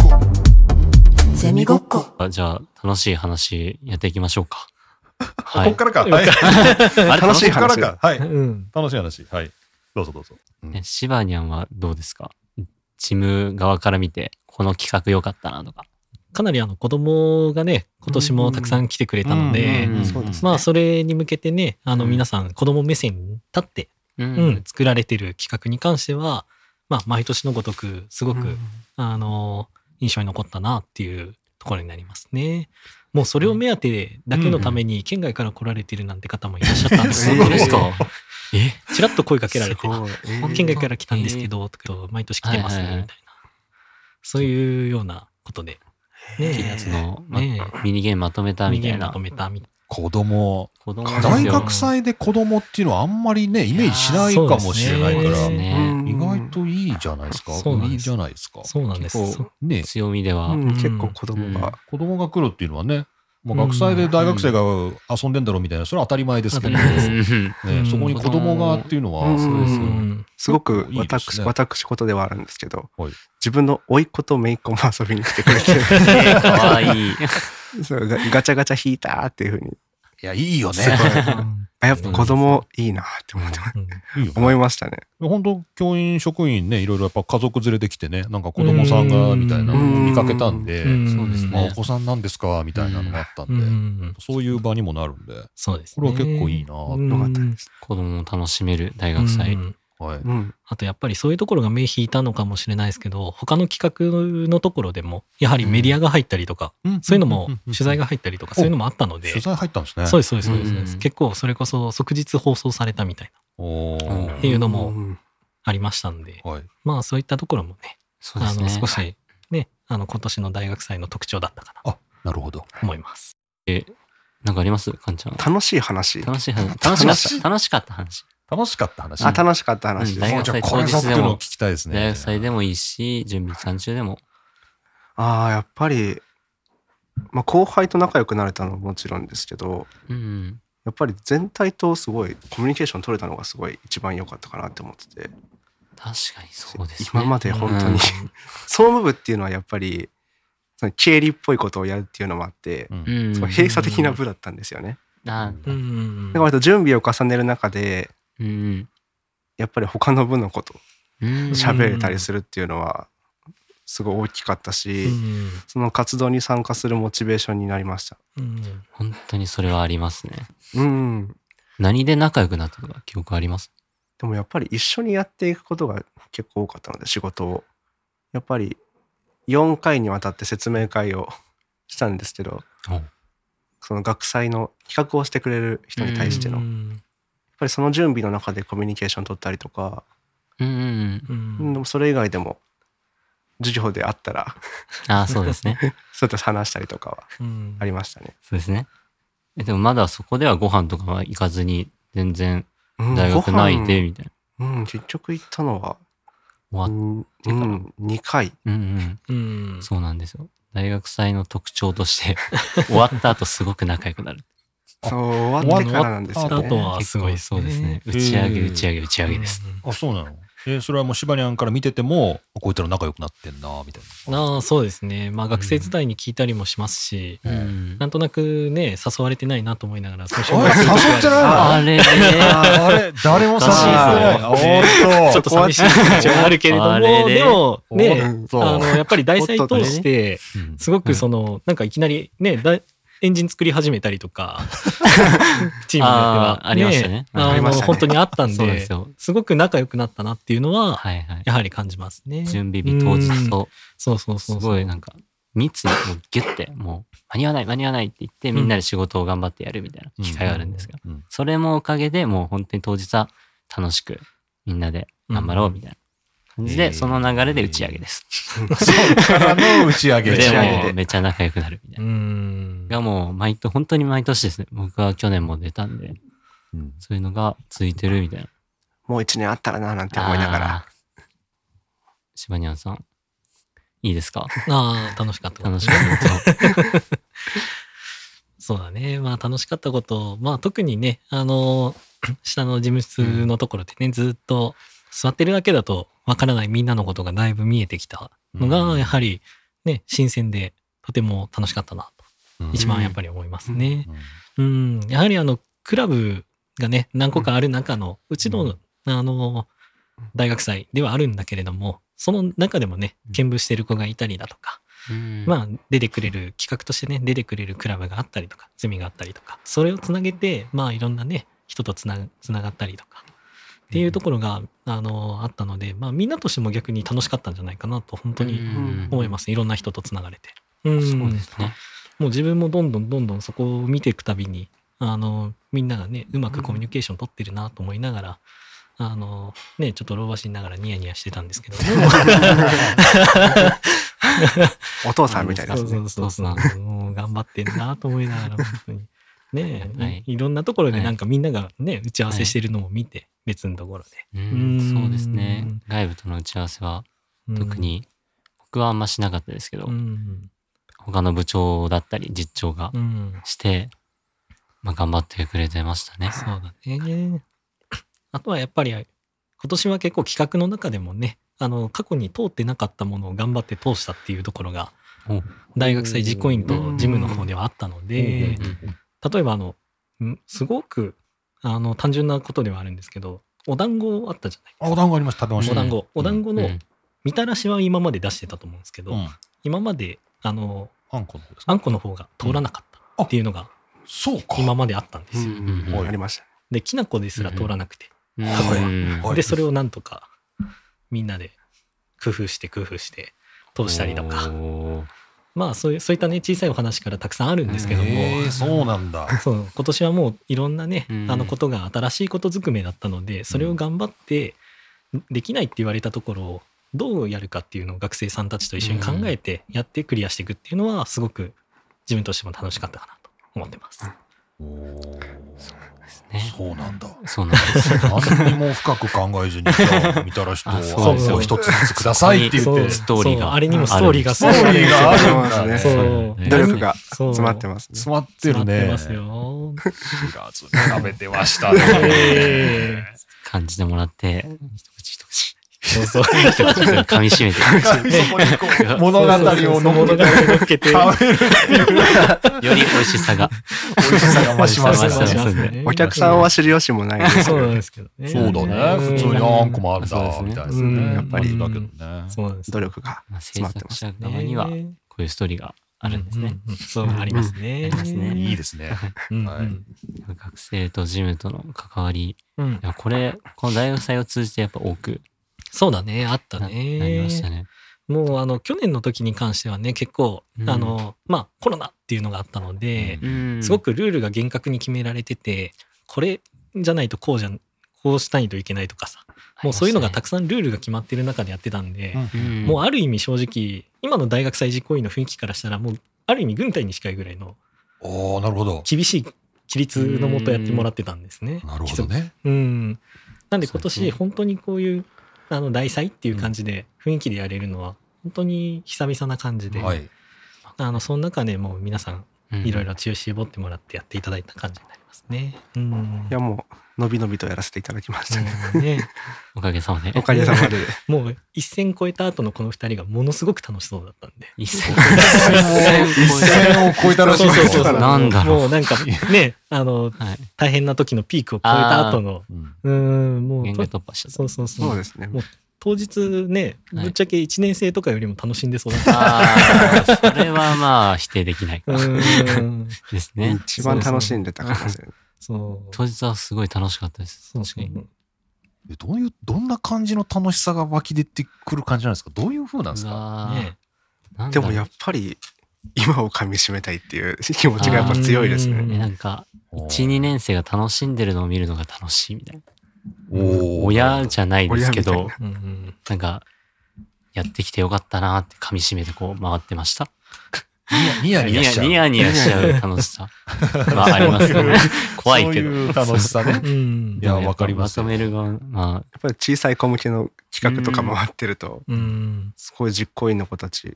ゼミごっこ
あじゃあ、楽しい話やっていきましょうか。は
こっ
い。
からか。はい。
あれ
楽し
こ
い
っから
話
か。はい。
うん
楽しい話。はい。どうぞどうぞ。
えシバニャンはどうですかチム側から見て、この企画良かったなとか。
かなりあの子供がね今年もたくさん来てくれたので、
うん
そうですね
まあそれに向けてねあの
うん
皆さん子供目線に立って、
う
うん。作られてる企画に関しては、まあ、毎年のごとくすごく、あの印象に残ったなっていうところになりますね。もうそれを目当てだけのために県外から来られてるなんて方もいらっしゃったんです
う
本
ん
当ですか え
ちらっと声かけられて
すごいえー
県外から来たんですけど、とか毎年来てますみ
はい
た
はいはい
いなそういうようなことでね
金圧の、ま
ね
ミニゲームまとめたみた
人
い
間ま
な
と。めたみたい
子供。
子供ですよ
大学祭で子供っていうのはあんまりね、イメージしないかもしれないか
そうで
ら
す、
い
ね。
意外といいじゃないですか。
そうなん
い
です
いじゃないですか
な。そうなんです
結構ね、
強みでは、
うん結構
うん
子供が。
子供が来るっていうのはね、まあ、
うん
学祭で大学生が遊んでんだろうみたいな、それは当たり前ですけど、
当たり前です
ね、
うん
そこに子供がっていうのは、
うん
そうですよね
うん
すごく
いいで
私、
すね
私事ではあるんですけど、
はい
自分の甥っ子と姪っ子も遊びに来てくれ
え
て
ーかわいい。
そうガ、ガチャガチャ引いたっていうふうに、
いや、いいよね。
すごい
うん
あやっぱ子供いいなって思ってま
うん
いいよね
思いましたね。
本当教員職員ねいろいろやっぱ家族連れで来てねなんか子供さんが
うん
みたいなのを見かけたんで、
うん
そうです
まあ、お
ね
子さんなんですかみたいなのがあったんで、
うん
そういう場にもなるんで
そうです
これ
ね
は結構いいな、
うん
よかったです。
子供を楽しめる大学祭。
うん
はい。
うん。
あとやっぱりそういうところが目引いたのかもしれないですけど他の企画のところでもやはりメディアが入ったりとか、そういうのも取材が入ったりとか
お
そういうのもあったので
取材入ったんですね。
そう
う
ですそうですそうですそうです、
うん
結構それこそ即日放送されたみたいな
お
っ
ー
ていうのも
ん
ありましたんで
はい。
まあそういったところもね
そうです
あの
ね。
少しねあの今年の大学祭の特徴だったかな
なるほど。
と思います。
なんかありますかんちゃん。
楽しい話。
楽しい話。
楽
楽
しい
しかった。楽しかった話。
楽しかった話。
あ、楽しかった話
うん
です。
大
もう
学
じゃあ
祭
これ
当
ぞって
日
い
で
うのを
も
聞、きたいですね。
大学祭でもいいし、準備期間中でも。
ああ、やっぱり、まあ、後輩と仲良くなれたのももちろんですけど、
うんうん。
やっぱり全体とすごいコミュニケーション取れたのがすごい一番良かったかなって思ってて、
確かにそうですね。
今まで本当に、
うん
総務部っていうのはやっぱり、その経理っぽいことをやるっていうのもあって、
うん
うん
すごい閉鎖的な部だったんですよね。
あ
うんうんうん
だから割と準備を重ねる中で、
うん
やっぱり他の部のこと
うん。
喋れたりするっていうのはすごい大きかったし、
うん
その活動に参加するモチベーションになりました。
うん
本当にそれはありますね。
うん。
何で仲良くなったのか記憶あります
でもやっぱり一緒にやっていくことが結構多かったので仕事を。やっぱり4回にわたって説明会をしたんですけど、その学祭の企画をしてくれる人に対しての、
う
やっ
ん
ぱりその準備の中でコミュニケーション取ったりとか、
うんうんうん。
うん
でもそれ以外でも授業であったら
あ あ、そうですね。
そうやって話したりとかは
うん
ありましたね。
そうですね。えでもまだそこではご飯とかは行かずに、全然
うん
大学内で、みたいな。
ご飯うん、結局行ったのは、う
終わっ
ん、
てから
2回。
うん
うん
うん。そうなんですよ。大学祭の特徴として、 終わった後すごく仲良くなる。
そう、終わってからなんですよ
あ
ね。
とはすごい
結構そうですね。
へ
打
ー
ち上げ、打ち上げ、打ち上げです。。
うん
あ、そうなのえーそれはもうシバニャンから見てても、こういったら仲良くなってんな、みたい
ああそうですね。まあ学生時代に聞いたりもしますし、
う
うん
ん
な。んとなくね誘われてないなと思いながらそう
な。あれ誘ってないの
あれね。
あれ誰も誘ってない。
あ
おー
ちょっと寂しい気持ちはあるけれども
あれれ
でも
っと。ね
ねあのやっぱり題材通して
うん
すごくそのなんかいきなりねだエンジン作り始めたりとかチームによっては
あーありましたね
あ
ありま
の
したね
本当にあったん
そうで
です
よ。
すごく仲良くなったなっていうのは
はいはい。
やはり感じますね。
準備日当日
うん
と、
そうそう
す
そうそう
ごいなんか、密にもうギュッて、もう、間に合わない、間に合わないって言って、みんなで仕事を頑張ってやるみたいな機会があるんですが、
うん
それもおかげでもう本当に当日は楽しく、みんなで頑張ろうみたいな感じ
う
で、
ん
その流れで打ち上げです。
からの打ち上
で
げ。
打ち上げ
も
で
うめっちゃ仲良くなるみたいうな。
ん
がもう毎年、本当に毎年ですね。僕は去年も出たんで、
うん
そういうのがついてるみたいな。
もう1年あったらな、なんて思いながら。
あー。シバニャンさん、いいですか
ああ楽しかったこと
楽しかったこと。
そうだね。まあ楽しかったこと、まあ特にね、あの、 下の事務室のところでね、ずっと座ってるだけだとわからないみんなのことがだいぶ見えてきたの
う
が、
ん
やはりね、新鮮でとても楽しかったなと、
うん
一番やっぱり思いますね。うん、やはりあの、クラブがね、何個かある中の、うちの、あの、大学祭ではあるんだけれども、その中でもね、見舞してる子がいたりだとか、
うん
まあ、出てくれる企画としてね出てくれるクラブがあったりとかゼミがあったりとかそれをつなげてまあいろんなね人とつなつながったりとかっていうところが、あのあったので、まあ、みんなとしても逆に楽しかったんじゃないかなと本当
う
に
ん
思います、いろんな人とつながれて。うん
そうですね。
もう自分もどんどんどんどんそこを見ていくたびにあのみんながねうまくコミュニケーション取ってるなと思いながら、あのねちょっと老婆しながらニヤニヤしてたんですけど
お父さんみたいな
そ
やつ
う
ね。
そうそうそう。もう頑張ってんなと思いながら、本 当に。ねえ、
はいい、
ろんなところでなんかみんながね、打ち合わせしてるのも見て、別のところで。
う
うん
んそうです
う
ね
ん。
外部との打ち合わせは
うん
特。に僕はあんましなかったですけど、
うん。
他の部長だったり実長が
うん。
して、まあ、頑張ってくれてましたね。
そうだね。あとはやっぱり、今年は結構企画の中でもね、あの、過去に通ってなかったものを頑張って通したっていうところが
お、
大学祭実行委員と事務の方ではあったので、例えばあのんすごくあの単純なことではあるんですけどお団子あったじゃな
あ、
い
お団子ありました。食べました。
お団子お団子の
うん
みたらしは今まで出してたと思うんですけど、
うん。
今まであの
あんこの方ですか
あんこの方が通らなかっ
う
た
んあ
っていうのが
そうか。
今まであったんで
う
すよ、
ん
うん
ありましたね。
できなこですら通らなくて、
うん
はい
でそれをなんとかみんなで工夫して工夫して通したりとか
おー
まあそういうそういったね小さいお話からたくさんあるんですけども、
えーそうなん だ。
そう今年はもういろんなね、
うん
あのことが新しいことずくめだったのでそれを頑張ってできないって言われたところをどうやるかっていうのを学生さんたちと一緒に考えてやってクリアしていくっていうのはすごく自分としても楽しかったかなと思ってます。
おー
ですね。
そうなんだ。
そうなんです。
何にも深く考えずに、じゃ あみたらしと
あそう
を一つずつくださいって言
そ
っ
う
て。
ストーリーが
そうあれにもストーリーが
ストーリーがあるんだね。
そ
そ
詰
うそう
ね
努力が
そう
詰まってますね。
まってる
なって
ね
ま。すよ。
知らずに食べてま したね。
え
感じてもらって、一口一口、
ーそうそう。
一 口噛み締めて。
そこにこう物語を飲む
物語を乗っけて。
食べる
より美味しさが。
美味しさが増します
そう
よ
そう
ね。
そうね
お客さんは知る由もないですけ
そう
ど
なんですけどね。
そうだね。普通にあんこもあるん
そうです
だ、
ね
みたいですね。
うん
やっぱり。だけどね。
そうなんです
努力が
まあ制
詰まって
作
ます。
者側には、こ
ね
ういうストーリーがあるんですね。
うううんそう、ありますね。
ありますね
いいですね。
うんうん
はい
学生とジムとの関わり。
うん
いやこれ、この大学祭を通じてやっぱ多く
そうだね、あった
な,、なり
ね
ま。したね。
もう、あの、去年の時に関してはね、結構、
うん
あの、まあ、コロナっていうのがあったので、
うん
すごくルールが厳格に決められてて、これじゃないとこうじゃん、こうしたいといけないとかさ、もうそういうのがたくさんルールが決まってる中でやってたんで、
うん
もうある意味正直、今の大学祭実行委員の雰囲気からしたら、もう、ある意味軍隊に近いぐらいの
おー、なるほど。
厳しい規律のもとやってもらってたんですね。
なるほどね。
うん、なんで
そう
今
ですね
年本当にこういうあの大祭っていう感じで雰囲気でやれるのは本当に久々な感じで、
はい。
あのその中でもう皆さんいろいろ。中止絞ってもらってやっていただいた感じになりますね。うん
いやもう、のびのびとやらせていただきましたね。
うんね、
おかげさまで。
おかげさまで。
もう一線超えた後のこの2人がものすごく楽しそうだったんで。
一線
一線を超えたらしい
そうそう
よ
そ。う
なんだろう
もうなんかねあの
はい。
大変な時のピークを超えた後の
うん
うんもう
限界突破しちゃった。
そうそうそう
そうですね。
もう当日ね
はい
ぶっちゃけ1年生とかよりも楽しんでそうだった
ああ、それはまあ否定できないか
うーん
ですね。
一番楽しんでたかもしれない。
そう。
当日はすごい楽しかったです。
そう
確かに。
えどういう、どんな感じの楽しさが湧き出てくる感じなんですかどういう風なんです
う
か
わー
ね
なんだ
で
ろう
もやっぱり、今を噛み締めたいっていう気持ちがやっぱ強いです
あー
ね。
えなんか、1、2年生が楽しんでるのを見るのが楽しいみたいな。
おー
親じゃないですけ
親み
ど
た、
うんうん
なんか、やってきてよかったなーって噛み締めてこう回ってました。
ニヤニヤニヤしちゃう。
ニヤニヤしちゃう楽しさはありますよね。怖い
そ
け
う
ど。
いう楽しさね。
うん
いやわかります
まとめる側、ま
やっぱり小さい子向けの企画とか回ってると、
うん
すごい実行委員の子たち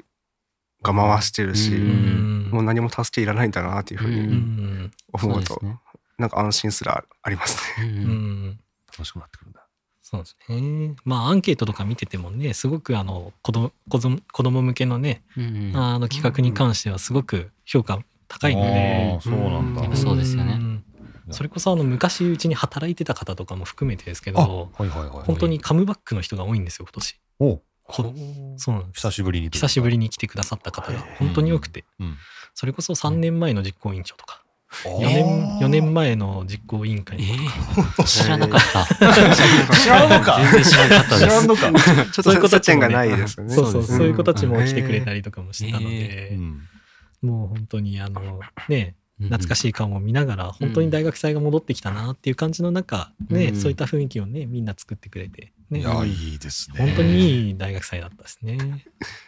が回してる
う
し、
うん
もう何も助けいらないんだなっていうふう
う
う
に
ん
あ、
思
そう
う
です
と、
ね。
なんか安心すらあり ますね。
う
うんん
楽しくなってくるんだ。
そうですね。まあアンケートとか見ててもねすごくあの子ど子ど子供向けのね
うんうん
あの企画に関してはすごく評価高いの
あー
で。
そうなんだ。
やっぱそうですよね
んそれこそあの昔うちに働いてた方とかも含めてですけ
あ、
ど
はいはいはい。
本当にカムバックの人が多いんですよ今年。
お
こそうなんです
久しぶりに。
久しぶ
り。
りに来てくださった方が本当に多くて、
うん
それこそ3年前の実行委員長とか、
4
4年 ,4 年前の実行委員会
え
と
ー
か、
知らなかった。
知らんのか
全然知らなかった
知
で
らん
す。
のか。
ちょっと接点がないですよね。
そうそう
そうですね
そういう子たちも来てくれたりとかもしてたので、
うん
もう本当にあのね懐か
しい。
しい顔も見ながら本当に大学祭が戻ってきたなっていう感じの中、ね
うん
そういった雰囲気をねみんな作ってくれて、ね、
いや、いいですね。
本当にいい大学祭だったですね。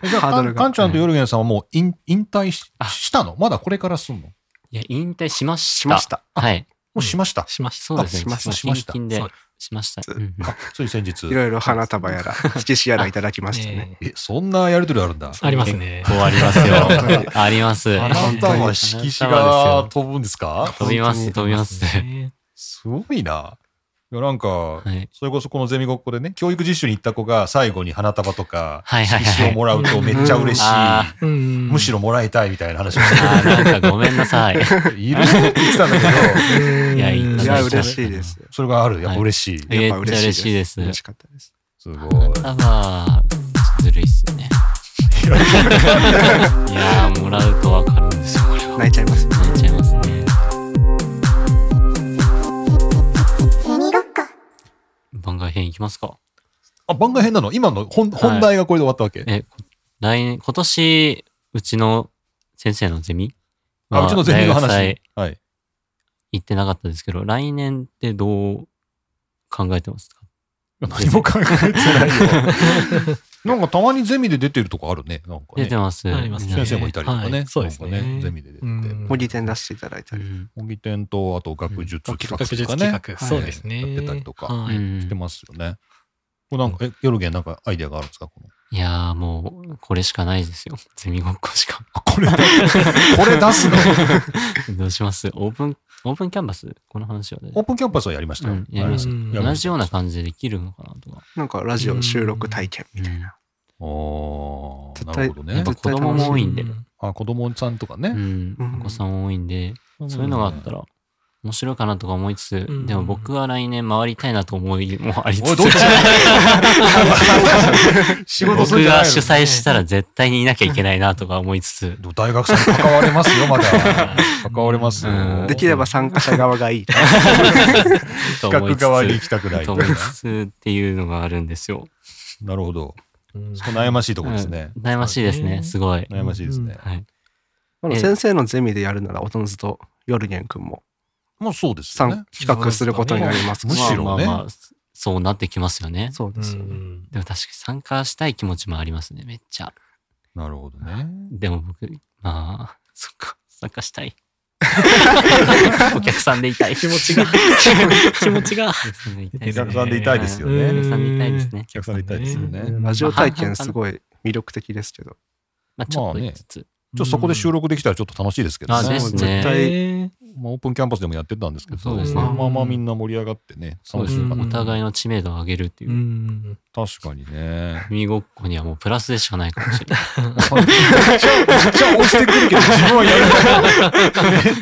じゃあ、
ハー
か
ド
ん
ルが
かんちゃんとヨルゲンさんはもう引引退し
あ
したのまだこれからすんのも
いや、引退しまし
し
た。
ました。
はい。
うしました。
しました
そうですね。
あしました
ちょっと転勤
しま
でしました。
そう
うんうん
あつい先日
い。ろいろ花束やら、色紙やらいただきましたね。
ね
え、そんなやりとりあるんだ。
ありますね。
こうあり ますよ。あります。
あ
ら
なたは色紙が飛ぶんですか
飛びます、飛びます。
ね
すごいな。いや、なんか、
はい。
それこそこのゼミごっこでね、教育実習に行った子が最後に花束とか、
はいはいはい
色紙をもらうとめっちゃ嬉し
あ
い。
うん
むしろもらいたいみたいな話をして
あーなんかごめんなさい。
た。いるって言ってたんだけど、
い
やいい
いや、
そうですね
嬉しいです。
それがある。やっぱ嬉しい。
はい
やっぱ
めっちゃ嬉しいです
嬉しかったです。
すごい。
ただ、ずるいっす よね。いやー、もらうとわかるんですよ、これは。
泣いちゃいます。
泣いちゃいますね。きますか
あ、番外編なの今の本本題がこれで終わったわけ。
え、こ来年、今年、うちの先生のゼミ
あ、うちのゼミの
まあ大学
話
祭。
はい。
行ってなかったですけど、来年ってどう考えてますか
何も考えてない よ。 なんかたまにゼミで出てるとこあるね。なんか
出
ね
て。ます。
ありますね
先生もいたりとかね。
はいそうですね
なんかゼミで出てて。
うん
模擬店出していただいた
う
り。
ん
模擬店と、あと学術企画と
学術
か
企
ね。
画、
はい
そうですね。
やってたりとか
はい
してますよね。これなんか、え、ヨルゲンなんかアイデアがあるんですかこの
いやーもう、これしかないですよ。 ゼミごっこしか。
あこれだ、これ出すの
どうしますオープン、オープンキャンバスこの話はね。
オープンキャンパスはやりましたよ。
うんやりました
はい
プン
同じような感じでできるのかなとか。
なんかラジオ収録体験みたいな。
おー
絶
なる
対
ほど
や
ね
っぱ。子供も多いんで、
あ、子供さんとか
う
ね。
ん、
うん
お子さん多いんで、そういうのがあったら面白いかなとか思いつつ、
ん
でも僕は来年回りたいなと思いもあり
おい、
つつ
どっち仕事する
僕
んじゃ
が
ない
主
の
催したら絶対にいなきゃいけないなとか思いつつ、
でも大学生に関われますよ、ま だ。関われますよ
うん。
できれば参加者側がいい。
と
企
思
画
いつ
側に行
つ
きたくない
と
み
思
た
い
いな。
つつっていうのがあるんですよ。
なるほど。
うん
そこ悩ましいところですね。
うん悩ましいですね、すごい。
悩ましいですね。
はい、
まあ先生のゼミでやるなら、おとずとヨルゲン君も
もうそうですよね
参。画することになります
むしろね
まあまあまあそうなってきますよね。
そう
う
ですよね。
ん
でも確かに参加したい気持ちもありますね、めっちゃ。
なるほどね。
でも僕、まあ、そっか、参 加したい。お客さんでいたい。
気持ちが、気持ちが。
お客さんでいたい
お
ですね
客さんでいたいですよね。
お客さんでい
う
たいですね
お。客さんでいたいですよね。ちょ
ラジオ体験すごい魅力的ですけど。
まあ、ちょっとずつ。
っとそこで収録できたらちょっと楽しいですけど
あ
ね。
ですね
絶対
まあオープンキャンパスでもやってたんですけ
そう
ど、
です
ね
まあまあまあみんな盛り上がってね、
そう
楽
で
し
す
い
ね
か
ん
な
お互いの知名度を上げるっていう。
うん
確かに ね。
耳ごっこにはもうプラスでしかないかもしれない。
めっちゃめっちゃ押してくるけど、自分はやる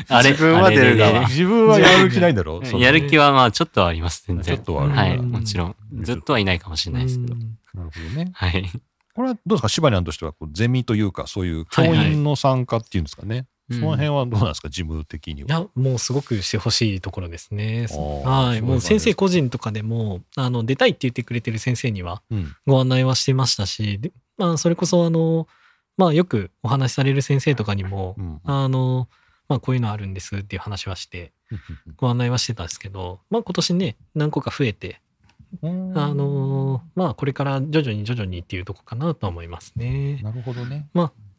あれ
自分は出る側
あれ
自分はやる気ないんだ ろう。
やる気はまあちょっとはあります、全
ちょっ
然。
とはあるな
は
る
い、
ほ
もちろん。ずっとはいないかもしれないですけど。
どね。
はい。
これはどうですか、シバニャンとしてはこうゼミというか、そういう教
はいはい
員の参加っていうんですかね。
うん
その辺はどうなんですか、事務的に
い
は。
や、もうすごくしてほしいところですね。
おー
はい。
そう
もう先
そうです
生個人とかでも、あの、出たいって言ってくれてる先生には
うん
ご案内はしてましたし、でまあ、それこそ、あの、まあ、よくお話しされる先生とかにも
う、ん
あの、まあ、こういうのあるんですっていう話はして、ご案内はしてたんですけど、まあ、今年ね、何個か増えて、
うん
あの、まあ、これから徐々に徐々にっていうとこかなとは思いますね。
なるほどね。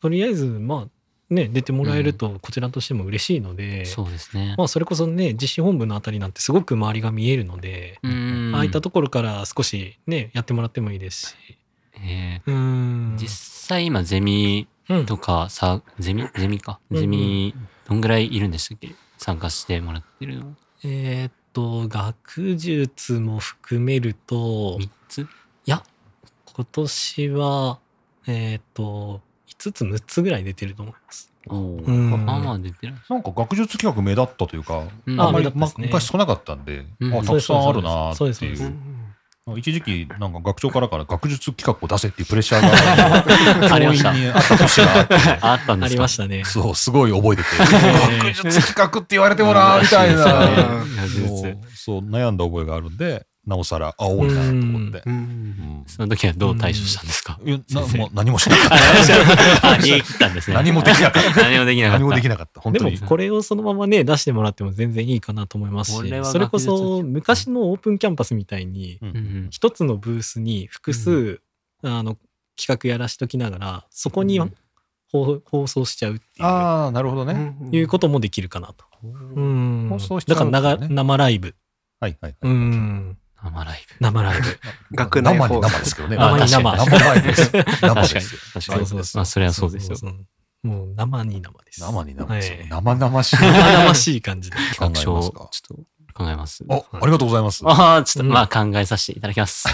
とりあえず、まあ、ね、出てもらえると、こちらとしても嬉しいので、
そうですね。
まあ、それこそね実施本部のあたりなんてすごく周りが見えるので、
うん
ああいったところから少しねやってもらってもいいですし
え
うーん
ー実際今ゼミ
うん
とかさ、ゼミゼミか。
うんうん
ゼミ、どんぐらいいるんでしたっけ参加してもらってるの。
えーっと学術も含めると
3つ
今年はえーっと5つ6つぐらい出てると思います。
おー
うん
まあまあ出てる。
なんか学術企画目立ったというか、
うん
あんまり
目立った
ま
ですね
昔少なかったんで、
うん
あたくさんあるな
そう
ー
で
っ
す
て
そうで
い
すそうう。
一時期、なんか学長からから学術企画を出せっていうプレッシャー が
ありました
教員にあった年があって
あったんで
あ
す
り
か
ましたね。
そう、すごい覚え てて。
ー
学術企画って言われてもなーみたいな。
うんらしいですよね
そ
学
う
術
そう、悩んだ覚えがあるんで、なおさら、あ、多いなと思って。
うん
その時はどう対処したんですか
いやな
先生
もう何もしなかっ
あ、
た。
何もしなかった。あ、逃げ切ったんですね。
何もできなかっ
何もできな
た。
かっ
何
た。
もできなかった。本
で
当
も
に。
これをそのままね出してもらっても全然いいかなと思います
こ
し
れは
それこ
学術
そ
的
昔のオープンキャンパスみたいに
うん
一つのブースに複数、あの企画やらしときながらそこに
うん
放,、放送しちゃうっていう
ああ、なるほどね。
いうこともできるかなと。うん
放送しちゃう
だからなが
ね
生ライブ、
はいはいはい。
うん、
生ライブ。
生ライブ
学内
生に
放送
生ですけどね。
生に生
生生 です。生
確
で
かに
す。。
確かに。
そうそう
まあ、それはそうですよ。
そうもう生に生です
生に生です
は。い
生々しい。
生々しい感じで
企画書
考えますか
をちょっと考えます。
お、ありがとうございます。
ああ、ちょっと、
うん
まあ考えさせていただ きます。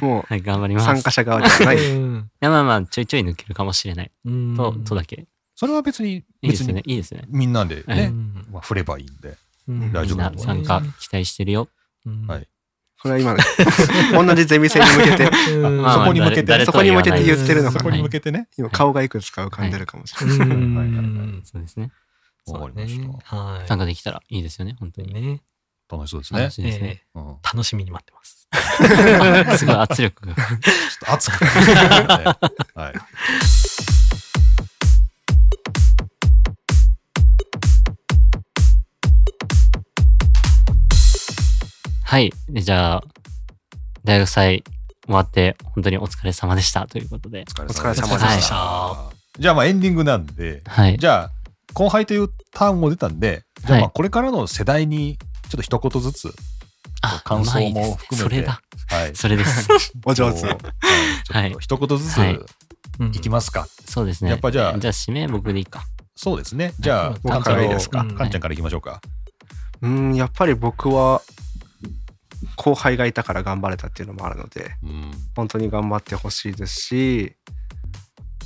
も
はい、頑張り
う
ます。
参加者側じゃない。
うん
いやまあまあ、ちょいちょい抜けるかもしれない。
うん
と、とだけ。
それは別に、
いいで
別
すね
に。
いいですね。
みんなで
う
ね、
ん
まあ、振ればいいんで。
うん
大
み
丈
ん
夫だ
な
と思い
参加期待してるよ。
うん
はい
これは今 の、同じゼミ生に向けて、
うん
まあま
そ
あ
こに向けて
誰
そこに向けて
誰とは言わ
言
ない
ってるの
そ
か
こ
な。
に向けてね。
今顔がいくつか浮かんでるかもしれ
う
ない。
ん
はいはいはい
そうですね。
わかりました。
そうだねはい
参加できたらいいですよね、本当に。
ね。
楽しそうですね
楽。しいですね。
うん、ちょ
楽しみに待ってま す。
すごい圧力が。
っと 熱くはい。
はい。でじゃあ、大学祭終わって、本当にお疲れ様でしたということで。
お
お疲れ様
でした
じゃあまあエンディングなんで、
はい。
じゃあ後輩という単語出たんで、じゃあま
は
あ
い
これからの世代にちょっと一言ずつ、
あ
感想も
うまいですね
含めて
それだ。
はい。
それです。
お上手
こうはいちょっと一言ずつ
はい
うん
いきますか。
そうですね。
やっぱじゃあ
じゃあ、指名僕でいいか。
そうですね。じゃあ、カ
僕
ンちゃん
から
いいですか。
うん
カンちゃんからいきましょうか。
うんやっぱり僕は後輩がいたから頑張れたっていうのもあるので
うん。
本当に頑張ってほしいですし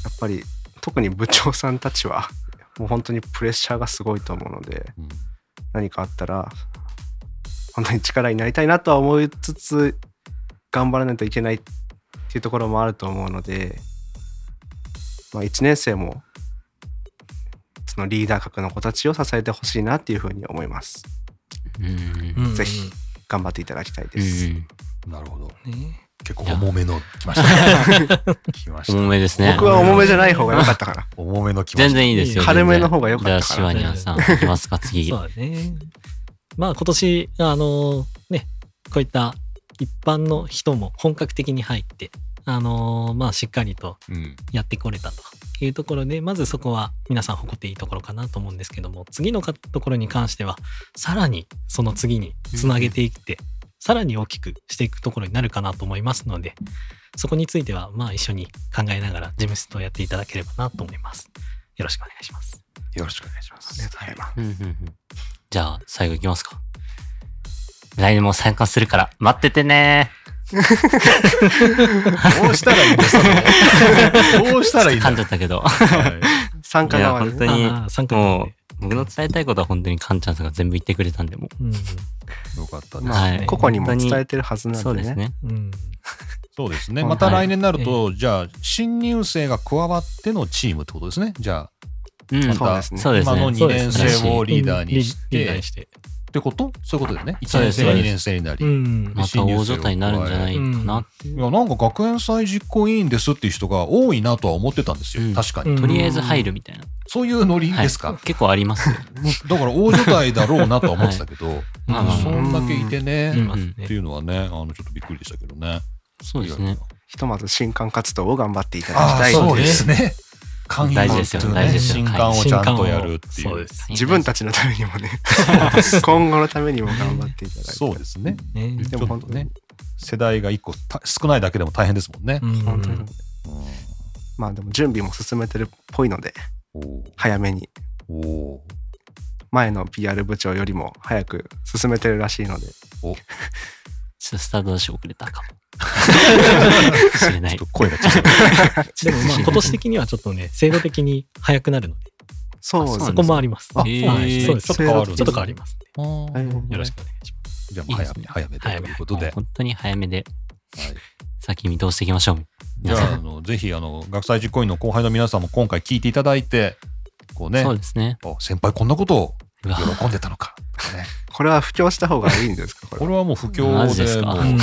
やっぱり特に部長さんたちは もう本当にプレッシャーがすごいと思うので
うん
何かあったら本当に力になりたいなとは思いつつ頑張らないといけないっていうところもあると思うので、まあ、1年生もそのリーダー格の子たちを支えてほしいなっていうふうに思います
うん。
う
うん
ぜひ頑張っていただきたいです、
ん。
なるほど。
ね
結構重めの来ま した。来まし
重
た。
めですね
僕。は重めじゃない方が良かったかな
重めの来ました。
全然いいですよ。
軽め
全然
の方が良かったか
じゃあ、
ら
シワニアさん、いきますか、次
そ。 うだね。まあ今年、あのね、こういった一般の人も本格的に入って、あのまあしっかりと
うん。
やってこれたというところでまずそこは皆さん誇っていいところかなと思うんですけども次のかところに関してはさらにその次につなげていって、さらに大きくしていくところになるかなと思いますのでそこについてはまあ一緒に考えながら事務室とやっていただければなと思います。よろしくお願いします。
よろしくお願いします。
うんうんうんじゃあ、最後いきますか。来年も参加するから、待っててね
どうしたらいいんです かどうしたらいいん
噛
だ
んじゃったけど。
はい
参加
いや、
側で
本当
ね
に、
あー参加側
も
で
う、僕の伝えたいことは本当にカンちゃんさんが全部言ってくれたんで、も
うん
よかったです。
まあ
はい
個々にも伝えてるはず
う。
なん
そう
で
です
ね
ね。
うん
そうですね。
はい
また来年になると、じゃあ、新入生が加わってのチームってことですね。じゃ
うん。
あ、
そう
ま
です
た
ね
そうです
今の
ね。
2年生をリーダーにし
リリーダー
て、っ
にして。
てことそういうことだよね。
そ
1
う
年
です
生が
そう
2
です
年生になり。
う
い
ん
また大所帯になるんじゃないかな。
や、なんか学園祭実行委員ですっていう人が多いなとは思ってたんです
う
よ。
ん
確かに。
うん
とりあえず入るみたいな。
そういうノリ
はい
ですか。
結構ありますよ。
だから、大所帯だろうなとは思ってたけど、
まあまあ
そんだけいてね、
うん
まあね
っていうのはね、あの、ちょっとびっくりでしたけどね。
そうですね。
ひとまず新刊活動を頑張っていただき
ああ、
たい
そう
で
ですすね。勧誘
大事ですよ
とね
大事ですよ
新刊をちゃんとやるってい
そう
う
で。す
自分たちのためにもね 今後のためにも頑張っていただいて
そうですね。
ね。
でも本当ね、
世代が一個た少ないだけでも大変ですもんね。
うん
本当にまあでも準備も進めてるっぽいので
お
早めに
おお
前の PR 部長よりも早く進めてるらしいので
ちょっとスタートダッシュ遅れた かも。しれな
ちょっ
い
と。声が違う。
でもまあ今年的にはちょっとね、制度的に早くなるので、
そう
ですね
そこもあります。
あ
はい
そうなんですね
そうです
ちょっと変わるんですね
ちょっと変わりますん
あ
はい
ー
で。よろしくお願いします。
じゃあもう早め早めでということで。
本当に早めで、
はい
先見通していきましょう。
じゃああのぜひあの学祭実行委員の後輩の皆さんも今回聞いていただいて、こうね
そう、ですね。
お先輩こんなことを
うわ
喜んでたのか。ね
これは布教した方がいいんですかこ
こ
れ
れはもう不況
マジで
ですも
か
う
うん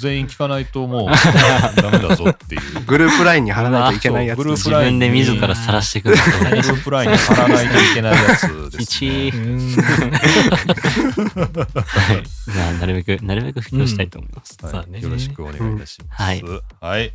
全員聞かないともうダメだぞっていう。
グループラインに貼らないといけないやつ
そうグルー
自
プライン
分で自ら晒していくんだ
グループラインに貼らないといけないやつですね。
1 、はい。 まあ、なるべく、なるべく布教したいと思います。
そうだね
よろしくお願いいたします。
うん
はい。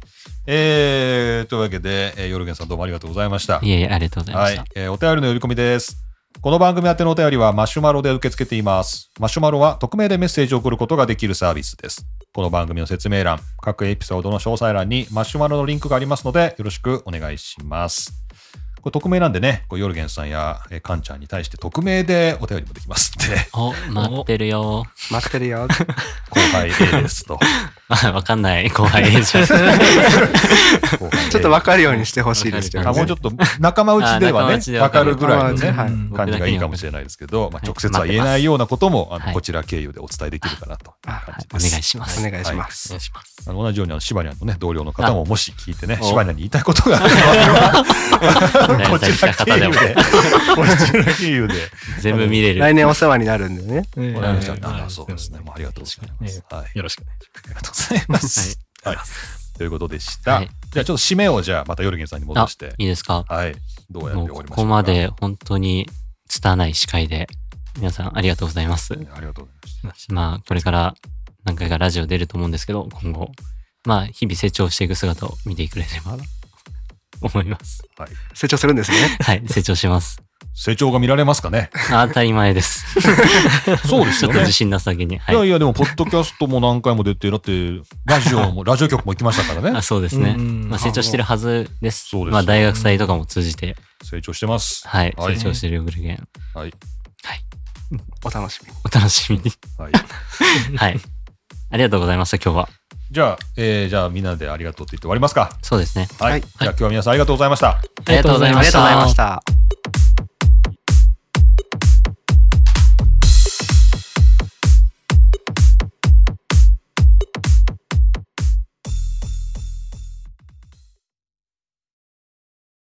えーというわけで、えー、ヨルゲンさんどうもありがとうございました。
いえいえ、ありがとうございま
は
し
い
た。、
えーお便りの呼び込みです。この番組宛てのお便りはマシュマロで受け付けています。マシュマロは匿名でメッセージを送ることができるサービスです。この番組の説明欄、各エピソードの詳細欄にマシュマロのリンクがありますので、よろしくお願いします。これ匿名なんでね、こうヨルゲンさんやえーカンちゃんに対して匿名でお便 りもできますって、
お、待ってるよ。
待ってるよ
後輩 A ですと。
あわかんない後輩営業。
ちょっと分かるようにしてほしいですけど、
あもうちょっ
っ
と仲間内では
あ
ね
仲間内で
分
わ
か
かる
るぐらいのね、
仲間内で
うん感じがいいかもしれないですけど、ま
い
あ、直接は言えないようなことも、あの
はい
こちら経由でお伝えできるかなという感
はい
じで
お
す。
願いします。
お願いしま
お
す。
願いします。
あの同じようにあのシバニャンのね同僚の方ももし聞いてね
お
シバニャンに言いたいことがあれ ばこちら経由でこちら経由で
全部見れる。
来年お世話になるんでね。
ええ
わかりました
はい
あそうですねもうありがとうございます
ええ
はい
よろしくね。
ありがとうございます。はい、ということでした。
はい
じゃあちょっと締めをじゃあまたヨルゲンさんに戻
あ
して、、
いいですか
はい、どうやって
も
終わ
うこ
りましょうか
こまで本当に拙い司会で、皆さんありがとうございます。
ありがとうございます。
まあ、これから何回かラジオ出ると思うんですけど、今後、まあ、日々成長していく姿を見てくれればな、 思います。
成長するんですね。
はい、成長します。
成長が見られますかね。
あ当たり前です。
そうです
ちょ
よ
っと
ね
自。信なさげに。はい
や
い。
いやでもポッドキャストも何回も出てだってラジ オもラジオ局も行きましたからね
あそうですね。
うん
まあ、成長してるはずです。
そうです
まあ、大学祭とかも通じて、
成長してます
はい、
はい
成長してるグルゲン。
はい
はい。
お楽しみに。
お楽しみ に。
はい
はい。ありがとうございました、今日は。
じゃあ、えー、じゃあみんなでありがとうって言って終わりますか
そうですね。
はい、
はい
じゃあ今日は皆さんありがとうございました
ありがとうござい
あ
ま
り
し
がとうございました。